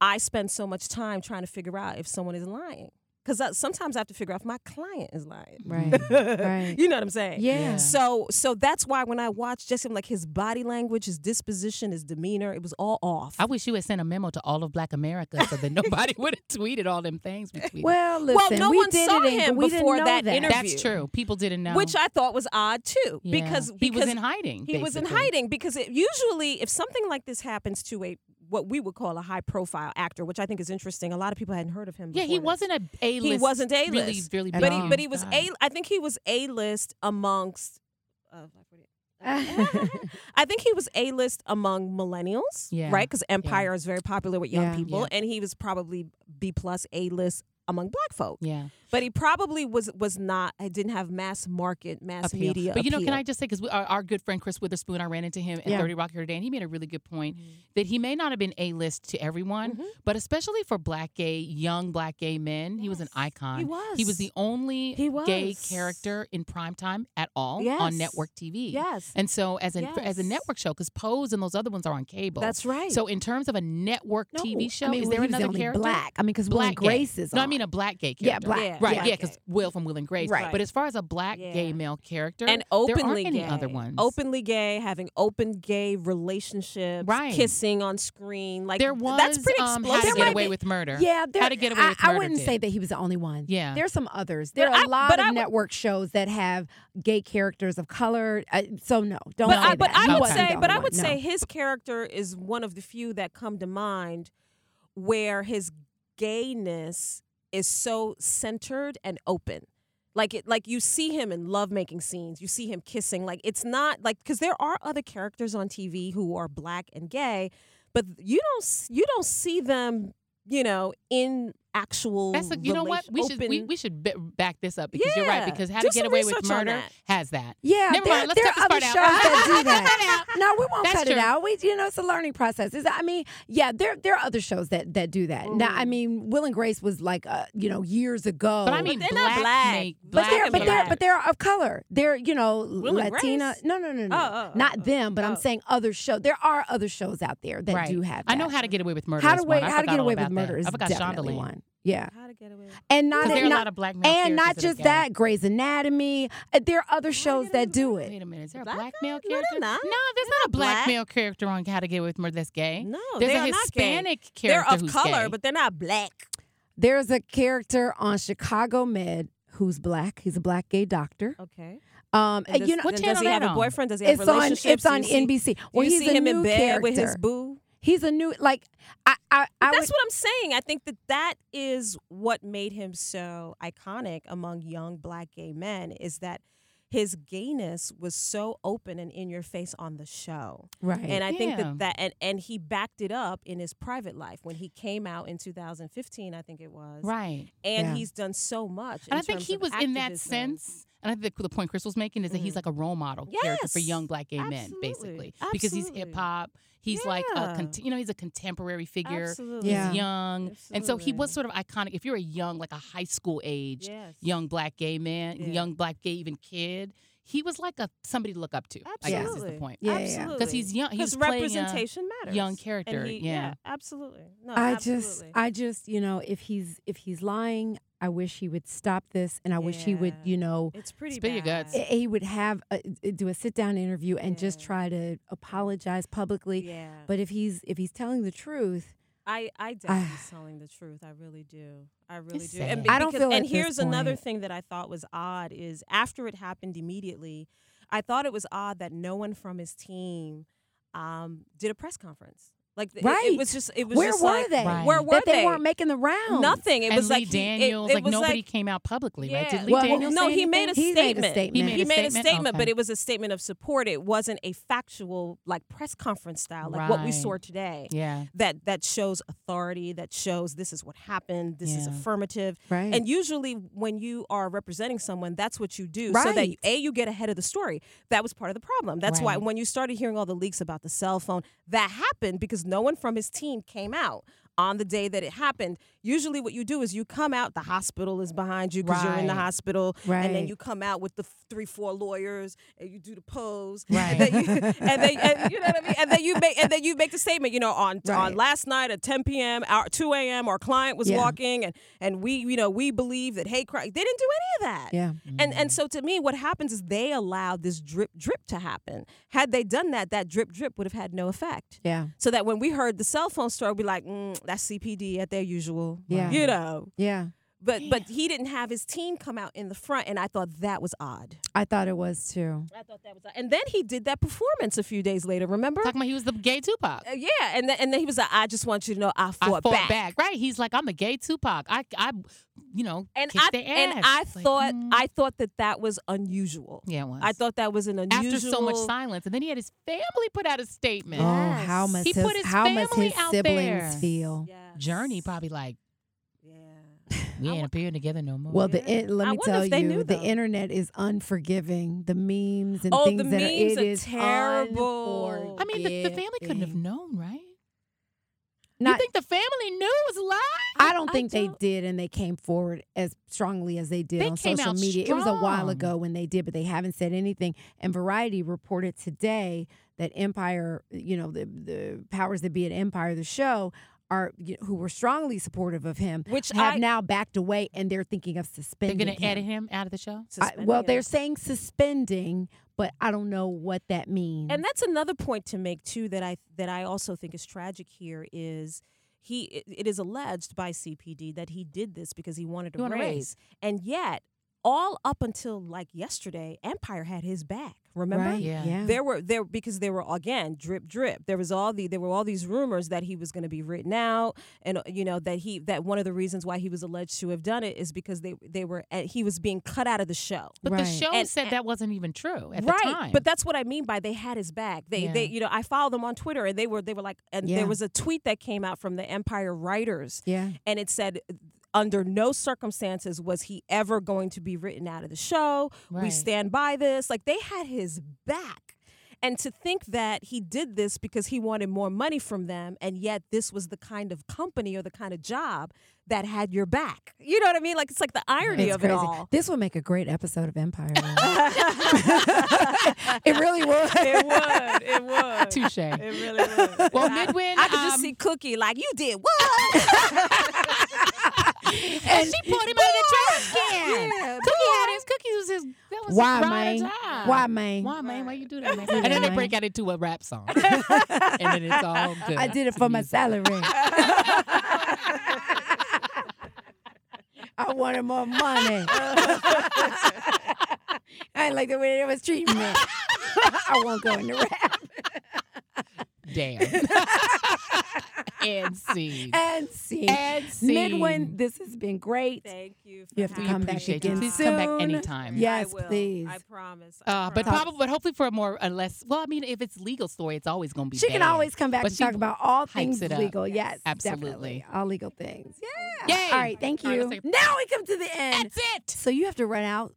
Speaker 3: I spend so much time trying to figure out if someone is lying. Cuz sometimes I have to figure out if my client is lying.
Speaker 1: right, right,
Speaker 3: You know what I'm saying?
Speaker 1: yeah.
Speaker 3: So so that's why when I watched Jesse, I'm like his body language, his disposition, his demeanor, it was all off.
Speaker 2: I wish you had sent a memo to all of Black America so that nobody would have tweeted all them things we tweeted.
Speaker 1: Well, listen,
Speaker 3: no
Speaker 1: we
Speaker 3: one
Speaker 1: did
Speaker 3: saw
Speaker 1: it in,
Speaker 3: him
Speaker 1: but we didn't
Speaker 3: before
Speaker 1: know
Speaker 3: that
Speaker 1: that
Speaker 3: interview.
Speaker 2: That's true. People didn't know.
Speaker 3: Which I thought was odd too,
Speaker 2: Yeah.
Speaker 3: because,
Speaker 2: he was
Speaker 3: because
Speaker 2: in hiding.
Speaker 3: he was in
Speaker 2: basically.
Speaker 3: hiding because it usually if something like this happens to a what we would call a high profile actor, which I think is interesting. A lot of people hadn't heard of him.
Speaker 2: Yeah,
Speaker 3: before
Speaker 2: he
Speaker 3: this.
Speaker 2: wasn't a A list.
Speaker 3: He wasn't A
Speaker 2: Really,
Speaker 3: list,
Speaker 2: really,
Speaker 1: At
Speaker 3: but
Speaker 2: big
Speaker 3: he
Speaker 1: all.
Speaker 3: but he was
Speaker 2: guy.
Speaker 3: a. I think he was a list amongst. Uh, I think he was a list among millennials,
Speaker 2: Yeah,
Speaker 3: right? Because Empire is very popular with young
Speaker 1: Yeah.
Speaker 3: people,
Speaker 2: Yeah.
Speaker 3: and he was probably B plus a list among black folk.
Speaker 2: Yeah.
Speaker 3: But he probably was was not. eh, Didn't have mass market, mass
Speaker 2: appeal.
Speaker 3: media.
Speaker 2: But you know, can
Speaker 3: appeal.
Speaker 2: I just say because our, our good friend Chris Witherspoon, I ran into him at
Speaker 1: Yeah.
Speaker 2: 30 Rock here today, and he made a really good point
Speaker 3: Mm-hmm.
Speaker 2: that he may not have been a list to everyone, but especially for black gay young black gay men, he was an
Speaker 3: Yes,
Speaker 2: icon.
Speaker 3: he was.
Speaker 2: He was the only
Speaker 3: He
Speaker 2: gay
Speaker 3: was.
Speaker 2: character in primetime at all
Speaker 3: Yes.
Speaker 2: on network TV.
Speaker 3: Yes.
Speaker 2: And so as a as a
Speaker 3: Yes.
Speaker 2: network show, because Pose and those other ones are on cable.
Speaker 3: That's right.
Speaker 2: So in terms of a network
Speaker 3: No,
Speaker 2: TV show,
Speaker 1: I mean,
Speaker 2: is
Speaker 1: well,
Speaker 2: there
Speaker 1: he was the
Speaker 2: another
Speaker 1: only
Speaker 2: character?
Speaker 1: black? I mean, because Will
Speaker 2: Black
Speaker 1: and Grace
Speaker 2: gay.
Speaker 1: is
Speaker 2: No, I
Speaker 1: on.
Speaker 2: mean a black gay character.
Speaker 1: Yeah, black.
Speaker 3: Yeah.
Speaker 2: Right,
Speaker 3: Black
Speaker 2: yeah, because
Speaker 3: gay.
Speaker 2: Will from Will and Grace.
Speaker 3: Right.
Speaker 2: But as far as a black
Speaker 3: Yeah.
Speaker 2: gay male character,
Speaker 3: and openly
Speaker 2: there aren't any
Speaker 3: gay,
Speaker 2: other ones.
Speaker 3: openly gay, having open gay relationships,
Speaker 2: Right.
Speaker 3: kissing on screen, like
Speaker 2: there
Speaker 3: th-
Speaker 2: was
Speaker 3: that's pretty
Speaker 2: um,
Speaker 3: explosive.
Speaker 2: How to
Speaker 1: There
Speaker 2: Get
Speaker 1: might
Speaker 2: Away
Speaker 1: be-
Speaker 2: with Murder.
Speaker 1: Yeah, there,
Speaker 2: How to Get Away with
Speaker 1: I, I
Speaker 2: Murder
Speaker 1: wouldn't
Speaker 2: did.
Speaker 1: say that he was the only one.
Speaker 2: Yeah.
Speaker 1: there's some others. There
Speaker 3: But
Speaker 1: are
Speaker 3: I-
Speaker 1: a lot
Speaker 3: but
Speaker 1: of
Speaker 3: I would-
Speaker 1: network shows that have gay characters of color. Uh, so no, don't.
Speaker 3: but
Speaker 1: say
Speaker 3: I,
Speaker 1: that.
Speaker 3: but
Speaker 1: He
Speaker 3: I would
Speaker 1: wasn't the
Speaker 3: say, but
Speaker 1: only
Speaker 3: I
Speaker 1: one.
Speaker 3: would
Speaker 1: No.
Speaker 3: say his character is one of the few that come to mind where his gayness is so centered and open. Like it, like you see him in lovemaking scenes, you see him kissing. Like it's not like because there are other characters on TV who are black and gay, but you don't s- you don't see them, you know, in actual.
Speaker 2: That's a, you know what
Speaker 3: relation-
Speaker 2: we should we,
Speaker 3: open-
Speaker 2: we should b- back this up because you're right
Speaker 3: Yeah.
Speaker 2: because how
Speaker 3: Do
Speaker 2: to get
Speaker 3: some
Speaker 2: away with
Speaker 3: research on
Speaker 2: murder
Speaker 3: that.
Speaker 2: has that.
Speaker 1: Yeah,
Speaker 2: Never
Speaker 1: there,
Speaker 2: mind, let's
Speaker 1: there
Speaker 2: cut this
Speaker 1: are other
Speaker 2: part out.
Speaker 1: shows that do that.
Speaker 2: Cut
Speaker 1: No, we won't
Speaker 2: That's
Speaker 1: cut it
Speaker 2: true.
Speaker 1: out. We, you know, it's a learning process. Is I mean, yeah, there there are other shows that that do that. Now, I mean, Will and Grace was like, uh, you know, years ago.
Speaker 2: Mm. But I mean,
Speaker 3: they're not
Speaker 2: black,
Speaker 3: black.
Speaker 2: make-
Speaker 1: But
Speaker 3: But
Speaker 2: black
Speaker 1: they're
Speaker 2: and
Speaker 1: but they're
Speaker 2: black.
Speaker 1: but they're of color. They're you know
Speaker 3: Will and
Speaker 1: Latina.
Speaker 3: Grace?
Speaker 1: No no no no,
Speaker 3: Oh, oh,
Speaker 1: not
Speaker 3: oh,
Speaker 1: them. But I'm
Speaker 3: oh.
Speaker 1: saying other show. There are other shows out there that
Speaker 2: right.
Speaker 1: do have. That.
Speaker 2: I know how to get away with murder.
Speaker 1: How
Speaker 2: is
Speaker 1: to
Speaker 2: one.
Speaker 1: wait?
Speaker 2: I
Speaker 1: How to
Speaker 2: forgot
Speaker 1: get
Speaker 2: all
Speaker 1: away with
Speaker 2: about that.
Speaker 1: murder is
Speaker 2: I forgot
Speaker 1: definitely
Speaker 2: Shondaland.
Speaker 1: one. Yeah,
Speaker 3: How to get away? with-
Speaker 1: and not,
Speaker 2: 'Cause there are a
Speaker 1: not
Speaker 2: lot of black male
Speaker 1: and not
Speaker 2: characters
Speaker 1: just
Speaker 2: that are gay.
Speaker 1: that. Grey's Anatomy. Uh, There are other shows
Speaker 3: get away
Speaker 1: that do
Speaker 2: Wait
Speaker 1: it.
Speaker 2: a minute, is there a
Speaker 3: Black
Speaker 2: black
Speaker 3: guy?
Speaker 2: male
Speaker 3: No, they're
Speaker 2: character?
Speaker 3: not.
Speaker 2: No, there's
Speaker 3: They're
Speaker 2: not a
Speaker 3: not
Speaker 2: black
Speaker 3: black.
Speaker 2: male character on How to Get Away with Murder that's gay.
Speaker 3: No,
Speaker 2: there's
Speaker 3: they
Speaker 2: a
Speaker 3: are not gay.
Speaker 2: Hispanic
Speaker 3: They're
Speaker 2: character
Speaker 3: of
Speaker 2: who's
Speaker 3: color,
Speaker 2: gay.
Speaker 3: but they're not black.
Speaker 1: There's a character on Chicago Med who's black. He's a black gay doctor.
Speaker 3: Okay.
Speaker 1: Um,
Speaker 3: And
Speaker 1: you
Speaker 3: does-
Speaker 1: know,
Speaker 2: What
Speaker 3: then
Speaker 2: channel
Speaker 3: does he
Speaker 2: that
Speaker 3: have
Speaker 2: on?
Speaker 3: a boyfriend? Does he have
Speaker 1: it's on
Speaker 3: relationships?
Speaker 1: it's
Speaker 3: Do you
Speaker 1: on
Speaker 3: see-
Speaker 1: NBC.
Speaker 3: Do
Speaker 1: Well,
Speaker 3: you
Speaker 1: he's
Speaker 3: see
Speaker 1: a
Speaker 3: him
Speaker 1: new
Speaker 3: in bed
Speaker 1: character.
Speaker 3: with his boo?
Speaker 1: he's a new like I I, I
Speaker 3: That's
Speaker 1: would,
Speaker 3: what I'm saying. I think that that is what made him so iconic among young black gay men is that his gayness was so open and in your face on the show.
Speaker 1: right.
Speaker 3: And I think
Speaker 2: Yeah.
Speaker 3: that that and, and he backed it up in his private life when he came out in 2015, I think it was.
Speaker 2: Right.
Speaker 3: And
Speaker 1: Yeah.
Speaker 3: he's done so much.
Speaker 2: And
Speaker 3: in
Speaker 2: I think
Speaker 3: terms
Speaker 2: he
Speaker 3: of
Speaker 2: was in that
Speaker 3: activism. Mm.
Speaker 2: sense. And I think the point Chris was making is that he's like a role model character for
Speaker 3: Yes.
Speaker 2: young black gay men,
Speaker 3: Absolutely.
Speaker 2: basically, because he's
Speaker 3: Absolutely.
Speaker 2: hip hop. He's like a
Speaker 3: Yeah.
Speaker 2: cont- you know he's a contemporary figure.
Speaker 3: Absolutely.
Speaker 1: Yeah.
Speaker 2: He's young, and so he was
Speaker 3: Absolutely.
Speaker 2: sort of iconic. If you're a young, like a high school age
Speaker 3: Yes.
Speaker 2: young black gay man,
Speaker 3: Yeah.
Speaker 2: young black gay even kid, he was like a somebody to look up to. I guess is the
Speaker 3: Absolutely.
Speaker 2: point.
Speaker 1: Yeah, yeah, yeah.
Speaker 3: Absolutely.
Speaker 2: Because he's young. He was
Speaker 3: Because
Speaker 2: playing a
Speaker 3: representation matters.
Speaker 2: young
Speaker 3: And
Speaker 2: character.
Speaker 3: he-
Speaker 2: yeah.
Speaker 3: absolutely. No,
Speaker 1: I
Speaker 3: Oh, absolutely.
Speaker 1: just I just you know if he's if he's lying, I wish he would stop this, and I wish he would
Speaker 3: Yeah.
Speaker 1: you know
Speaker 3: It's pretty
Speaker 2: Spill your
Speaker 3: bad.
Speaker 2: guts.
Speaker 1: i- he would have a, do a sit down interview and just
Speaker 3: Yeah.
Speaker 1: try to apologize publicly.
Speaker 3: Yeah. But
Speaker 1: But if he's if he's telling the truth,
Speaker 3: I, I doubt he's telling the truth. I really do. I really
Speaker 2: It's
Speaker 3: do. And
Speaker 2: sad.
Speaker 3: be-
Speaker 1: I don't
Speaker 3: because-
Speaker 1: feel
Speaker 3: And
Speaker 1: at this
Speaker 3: here's another
Speaker 1: point-
Speaker 3: thing that I thought was odd is after it happened immediately, I thought it was odd that no one from his team um, did a press conference. Like th- it- it,
Speaker 1: Right.
Speaker 3: was just it was
Speaker 1: where
Speaker 3: just
Speaker 1: were
Speaker 3: like,
Speaker 1: they?
Speaker 2: Right.
Speaker 3: Where were
Speaker 1: that they,
Speaker 3: they?
Speaker 1: weren't making the round.
Speaker 3: Nothing. It
Speaker 2: and
Speaker 3: was
Speaker 2: Lee
Speaker 3: like he- it-
Speaker 2: Daniels,
Speaker 3: it
Speaker 2: like
Speaker 3: was
Speaker 2: nobody came out publicly, right? Did Lee
Speaker 1: Well,
Speaker 2: Daniels
Speaker 3: no,
Speaker 2: say
Speaker 3: he made a
Speaker 2: anything?
Speaker 1: He made a
Speaker 3: statement.
Speaker 1: statement.
Speaker 2: He made
Speaker 3: he
Speaker 2: a
Speaker 3: made a
Speaker 2: statement?
Speaker 3: statement, but
Speaker 2: Okay.
Speaker 3: it was a statement of support. It wasn't a factual, like press conference style, like what we
Speaker 2: Right.
Speaker 3: saw today.
Speaker 2: Yeah.
Speaker 3: That that shows authority. That shows this is what happened. This is
Speaker 2: Yeah.
Speaker 3: affirmative.
Speaker 1: Right.
Speaker 3: And usually, when you are representing someone, that's what you do, so that
Speaker 1: Right.
Speaker 3: a you get ahead of the story. That was part of the problem. That's why
Speaker 2: Right.
Speaker 3: when you started hearing all the leaks about the cell phone, that happened because no one from his team came out on the day that it happened. Usually, what you do is you come out. The hospital is behind you because you're in the
Speaker 2: Right.
Speaker 3: hospital, and then
Speaker 1: Right.
Speaker 3: you come out with the f- three, four lawyers, and you do the pose,
Speaker 2: Right.
Speaker 3: And then you, and then and, you know what I mean. And then you make and then you make the statement. You know, on
Speaker 1: Right.
Speaker 3: on last night at 10 p.m., our 2 a.m., our client was
Speaker 1: Yeah.
Speaker 3: walking, and and we you know we believe that hate crime. They didn't do any of that.
Speaker 1: Yeah.
Speaker 3: And and so to me, what happens is they allowed this drip drip to happen. Had they done that, that drip drip would have had no effect.
Speaker 1: Yeah.
Speaker 3: So that when we heard the cell phone story, we're like, mm, that's CPD at their usual.
Speaker 1: Yeah.
Speaker 3: You know.
Speaker 1: Yeah.
Speaker 3: But but he didn't have his team come out in the front, and I thought that was odd.
Speaker 1: I thought it was too.
Speaker 3: I thought that was odd. And then he did that performance a few days later. Remember?
Speaker 2: Talking about he was the gay Tupac.
Speaker 3: Uh, yeah, and then, and then he was like, "I just want you to know, I fought,
Speaker 2: I fought back. Right. He's like, I'm the gay Tupac. I, I you know,
Speaker 3: And
Speaker 2: kicked
Speaker 3: I
Speaker 2: their ass.
Speaker 3: and I
Speaker 2: It's like,
Speaker 3: thought
Speaker 2: mm.
Speaker 3: I thought that that was unusual.
Speaker 2: Yeah, it was.
Speaker 3: I thought that was an unusual.
Speaker 2: after so much silence, and then he had his family put out a statement.
Speaker 1: Oh, how
Speaker 3: Yes.
Speaker 1: must
Speaker 2: He
Speaker 1: his,
Speaker 2: put his
Speaker 1: how must
Speaker 2: family
Speaker 1: his
Speaker 2: out
Speaker 1: siblings
Speaker 2: there.
Speaker 1: feel?
Speaker 3: Yes.
Speaker 2: Journey probably like
Speaker 3: Yeah.
Speaker 2: we
Speaker 3: I
Speaker 2: ain't
Speaker 3: wa-
Speaker 2: appearing together no more.
Speaker 1: Well, the
Speaker 3: Yeah.
Speaker 1: in, let
Speaker 3: I
Speaker 1: me
Speaker 3: wonder
Speaker 1: tell
Speaker 3: if they
Speaker 1: you,
Speaker 3: knew,
Speaker 1: the
Speaker 3: though.
Speaker 1: internet is unforgiving. The memes and
Speaker 3: Oh,
Speaker 1: things
Speaker 3: the
Speaker 1: that
Speaker 3: memes
Speaker 1: are,
Speaker 3: are
Speaker 1: it is
Speaker 3: terrible.
Speaker 2: I mean, the, the family couldn't have known, right? you
Speaker 1: Not,
Speaker 2: think the family knew it was a lie?
Speaker 1: I don't
Speaker 3: I
Speaker 1: think they
Speaker 3: don't-
Speaker 1: did, and they came forward as strongly as they did
Speaker 2: They
Speaker 1: on
Speaker 2: came
Speaker 1: social
Speaker 2: out
Speaker 1: media. It was a while
Speaker 2: strong.
Speaker 1: ago when they did, but they haven't said anything. And Variety reported today that Empire, you know, the the powers that be at Empire, the show, are you know, who were strongly supportive of him,
Speaker 3: Which
Speaker 1: have
Speaker 3: I-
Speaker 1: now backed away, and they're thinking of
Speaker 2: They're
Speaker 1: suspending.
Speaker 2: gonna
Speaker 1: him.
Speaker 2: edit him out of the show.
Speaker 1: I, well,
Speaker 3: Suspending
Speaker 1: they're
Speaker 3: him.
Speaker 1: saying suspending, but I don't know what that means.
Speaker 3: And that's another point to make too that I that I also think is tragic here is he it- it is alleged by CPD that he did this because he wanted
Speaker 2: He
Speaker 3: to
Speaker 2: wanted a
Speaker 3: raise.
Speaker 2: raise.
Speaker 3: And yet, all up until like yesterday, Empire had his back. Remember?
Speaker 1: right?
Speaker 2: Yeah.
Speaker 1: yeah.
Speaker 3: There were there because there were again drip drip. There was all the there were all these rumors that he was going to be written out, and uh, you know that he that one of the reasons why he was alleged to have done it is because they they were uh, he was being cut out of the show
Speaker 2: But the
Speaker 1: Right.
Speaker 2: show
Speaker 3: And-
Speaker 2: said that wasn't even true at
Speaker 3: right,
Speaker 2: the time.
Speaker 3: but that's what I mean by they had his back. They,
Speaker 2: Yeah.
Speaker 3: they, you know, I follow them on Twitter, and they were, they were like, and
Speaker 1: Yeah.
Speaker 3: there was a tweet that came out from the Empire writers,
Speaker 1: yeah.
Speaker 3: and it said, under no circumstances was he ever going to be written out of the show. We
Speaker 2: Right.
Speaker 3: stand by this. Like they had his back, and to think that he did this because he wanted more money from them, and yet this was the kind of company or the kind of job that had your back. You know what I mean? Like it's like the irony
Speaker 1: It's
Speaker 3: of
Speaker 1: crazy.
Speaker 3: it all.
Speaker 1: This would make a great episode of Empire. though. it really would.
Speaker 3: It would. It would.
Speaker 2: touche.
Speaker 3: It really would.
Speaker 2: Well,
Speaker 3: And I-
Speaker 2: Midwin,
Speaker 3: I could just
Speaker 2: um,
Speaker 3: see Cookie like you did what?
Speaker 2: and she poured him out of the trash can.
Speaker 3: Yeah,
Speaker 2: Cookie had his cookies was his. That was
Speaker 1: Why,
Speaker 2: his ride or
Speaker 1: man?
Speaker 2: die.
Speaker 1: Why, man?
Speaker 2: Why, man? Why you do that, man?
Speaker 1: Yeah,
Speaker 2: And then they
Speaker 1: man.
Speaker 2: break out into a rap song, and then it's all good.
Speaker 1: I did it for my salary. I wanted more money. I like the way it was treating me. I won't go into rap.
Speaker 2: Damn. and see.
Speaker 1: And see.
Speaker 2: And see.
Speaker 1: Midwin, this has been great.
Speaker 3: Thank you. For
Speaker 1: You have to
Speaker 2: We
Speaker 3: having
Speaker 1: come back
Speaker 2: appreciate you.
Speaker 1: again
Speaker 2: Please come back
Speaker 1: soon.
Speaker 2: anytime.
Speaker 1: Yeah.
Speaker 3: I
Speaker 1: Yes,
Speaker 3: will.
Speaker 1: please.
Speaker 3: I promise. I
Speaker 2: Uh, but
Speaker 3: promise.
Speaker 2: probably, but hopefully for a more, a less. Well, I mean, if it's legal story, it's always going to be.
Speaker 1: She can
Speaker 2: bad.
Speaker 1: always come back
Speaker 2: But
Speaker 1: and
Speaker 2: she
Speaker 1: talk about all
Speaker 2: hypes
Speaker 1: things
Speaker 2: it up.
Speaker 1: legal. Yes,
Speaker 2: Absolutely.
Speaker 1: definitely. All legal things. Yeah.
Speaker 2: Yay.
Speaker 1: All right. Thank
Speaker 2: All right,
Speaker 1: you.
Speaker 2: let's take-
Speaker 1: now we come to the end.
Speaker 2: That's it.
Speaker 1: So you have to run out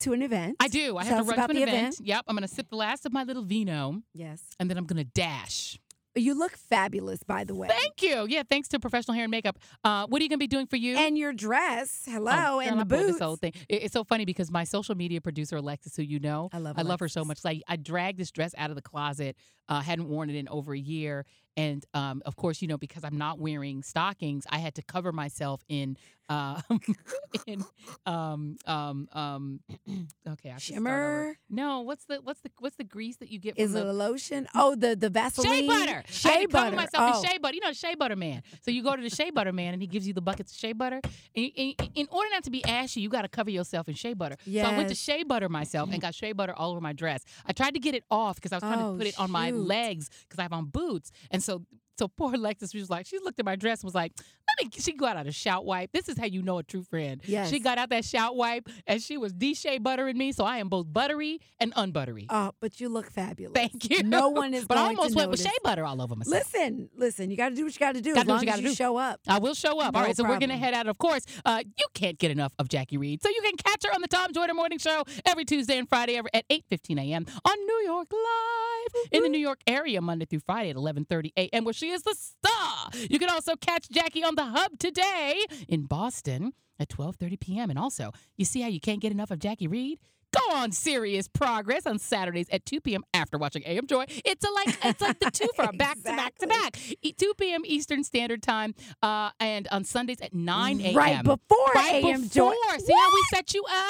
Speaker 1: to an event.
Speaker 2: I do. I
Speaker 1: Tell
Speaker 2: have to
Speaker 1: us
Speaker 2: run
Speaker 1: about
Speaker 2: to an
Speaker 1: the
Speaker 2: event.
Speaker 1: event.
Speaker 2: Yep. I'm going to sip the last of my little vino,
Speaker 1: Yes.
Speaker 2: and then I'm going to dash.
Speaker 1: You look fabulous, by the way.
Speaker 2: Thank you. Yeah. Thanks to professional hair and makeup. Uh, what are you going to be doing for you?
Speaker 1: and your dress. Hello.
Speaker 2: Oh, girl,
Speaker 1: and
Speaker 2: I
Speaker 1: the
Speaker 2: blew
Speaker 1: boots.
Speaker 2: This whole thing. It- it's so funny because my social media producer Alexis, who you know,
Speaker 1: I love
Speaker 2: I love her so
Speaker 1: Alexis.
Speaker 2: much. Like I dragged this dress out of the closet. Uh, hadn't worn it in over a year, and um, of course, you know, because I'm not wearing stockings, I had to cover myself in uh, in um um um. Okay, I have to start over.
Speaker 1: Shimmer.
Speaker 2: No, what's the what's the what's the grease that you get?
Speaker 1: Is
Speaker 2: from
Speaker 1: it
Speaker 2: the,
Speaker 1: a lotion? Oh, the the Vaseline.
Speaker 2: Shea butter. I had
Speaker 1: Shea
Speaker 2: to cover
Speaker 1: butter.
Speaker 2: myself
Speaker 1: oh.
Speaker 2: in shea butter. You know, shea butter man. So you go to the shea butter man, and he gives you the buckets of shea butter. And, and- and in order not to be ashy, you got to cover yourself in shea butter. So I went to
Speaker 1: Yes.
Speaker 2: shea butter myself and got shea butter all over my dress. I tried to get it off because I was trying
Speaker 1: Oh,
Speaker 2: to put it on my
Speaker 1: shoot.
Speaker 2: legs because I have on boots. And so, so poor Alexis, she was like, she looked at my dress and was like, let me. She got out a shout wipe. This is how you know a true friend.
Speaker 1: Yes.
Speaker 2: She got out that shout wipe and she was de shea buttering me. So I am both buttery and unbuttery.
Speaker 1: Oh, but you look fabulous.
Speaker 2: Thank you.
Speaker 1: No one is
Speaker 2: But I
Speaker 1: going
Speaker 2: almost
Speaker 1: to
Speaker 2: went
Speaker 1: notice.
Speaker 2: with shea butter all over myself.
Speaker 1: Listen, listen. You got to do what you got to do.
Speaker 2: Gotta
Speaker 1: as
Speaker 2: do what
Speaker 1: long
Speaker 2: you
Speaker 1: as
Speaker 2: gotta
Speaker 1: you
Speaker 2: do.
Speaker 1: show up.
Speaker 2: I will show up.
Speaker 1: No
Speaker 2: All right, so we're going
Speaker 1: problem.
Speaker 2: to head out. Of course, uh, you can't get enough of Jackie Reed. So you can catch her on the Tom Jordan Morning Show every Tuesday and Friday every, at 8.15 a.m. on New York Live in the New York area Monday through Friday at 11.30 a.m. where she is the star. You can also catch Jackie on The Hub today in Boston at 12.30 p.m. And also, you see how you can't get enough of Jackie Reed? Go on Serious Progress on Saturdays at 2 p.m. after watching AM Joy. It's a like it's like the two for a back to back
Speaker 1: Exactly.
Speaker 2: to back. E- 2 p.m. Eastern Standard Time, uh, and on Sundays at 9 a.m.
Speaker 1: Right before
Speaker 2: Right
Speaker 1: AM
Speaker 2: before.
Speaker 1: joy.
Speaker 2: See how we set you up?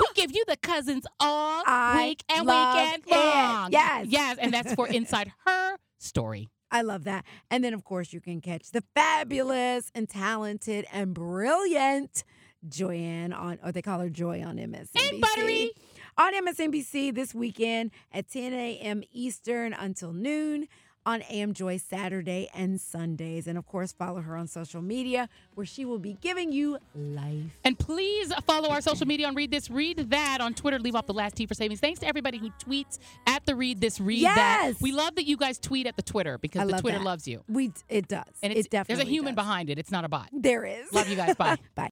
Speaker 2: We give you the cousins all
Speaker 1: I
Speaker 2: week and
Speaker 1: love
Speaker 2: weekend
Speaker 1: it.
Speaker 2: long.
Speaker 1: Yes.
Speaker 2: yes, and that's for inside her story.
Speaker 1: I love that. And then, of course, you can catch the fabulous and talented and brilliant Joanne on, or they call her Joy on MSNBC.
Speaker 2: And buttery.
Speaker 1: On MSNBC this weekend at 10 a.m. Eastern until noon on AM Joy Saturday and Sundays. And, of course, follow her on social media where she will be giving you life.
Speaker 2: And please follow our social media on Read This, Read That on Twitter. Leave off the last T for savings. Thanks to everybody who tweets at the Read This, Read That.
Speaker 1: Yes.
Speaker 2: We love that you guys tweet at the Twitter because
Speaker 1: I
Speaker 2: the
Speaker 1: love
Speaker 2: Twitter
Speaker 1: that.
Speaker 2: loves you.
Speaker 1: We, it does.
Speaker 2: And it's,
Speaker 1: it definitely
Speaker 2: there's a human
Speaker 1: does.
Speaker 2: behind it. It's not a bot.
Speaker 1: There is.
Speaker 2: Love you guys. Bye.
Speaker 1: Bye.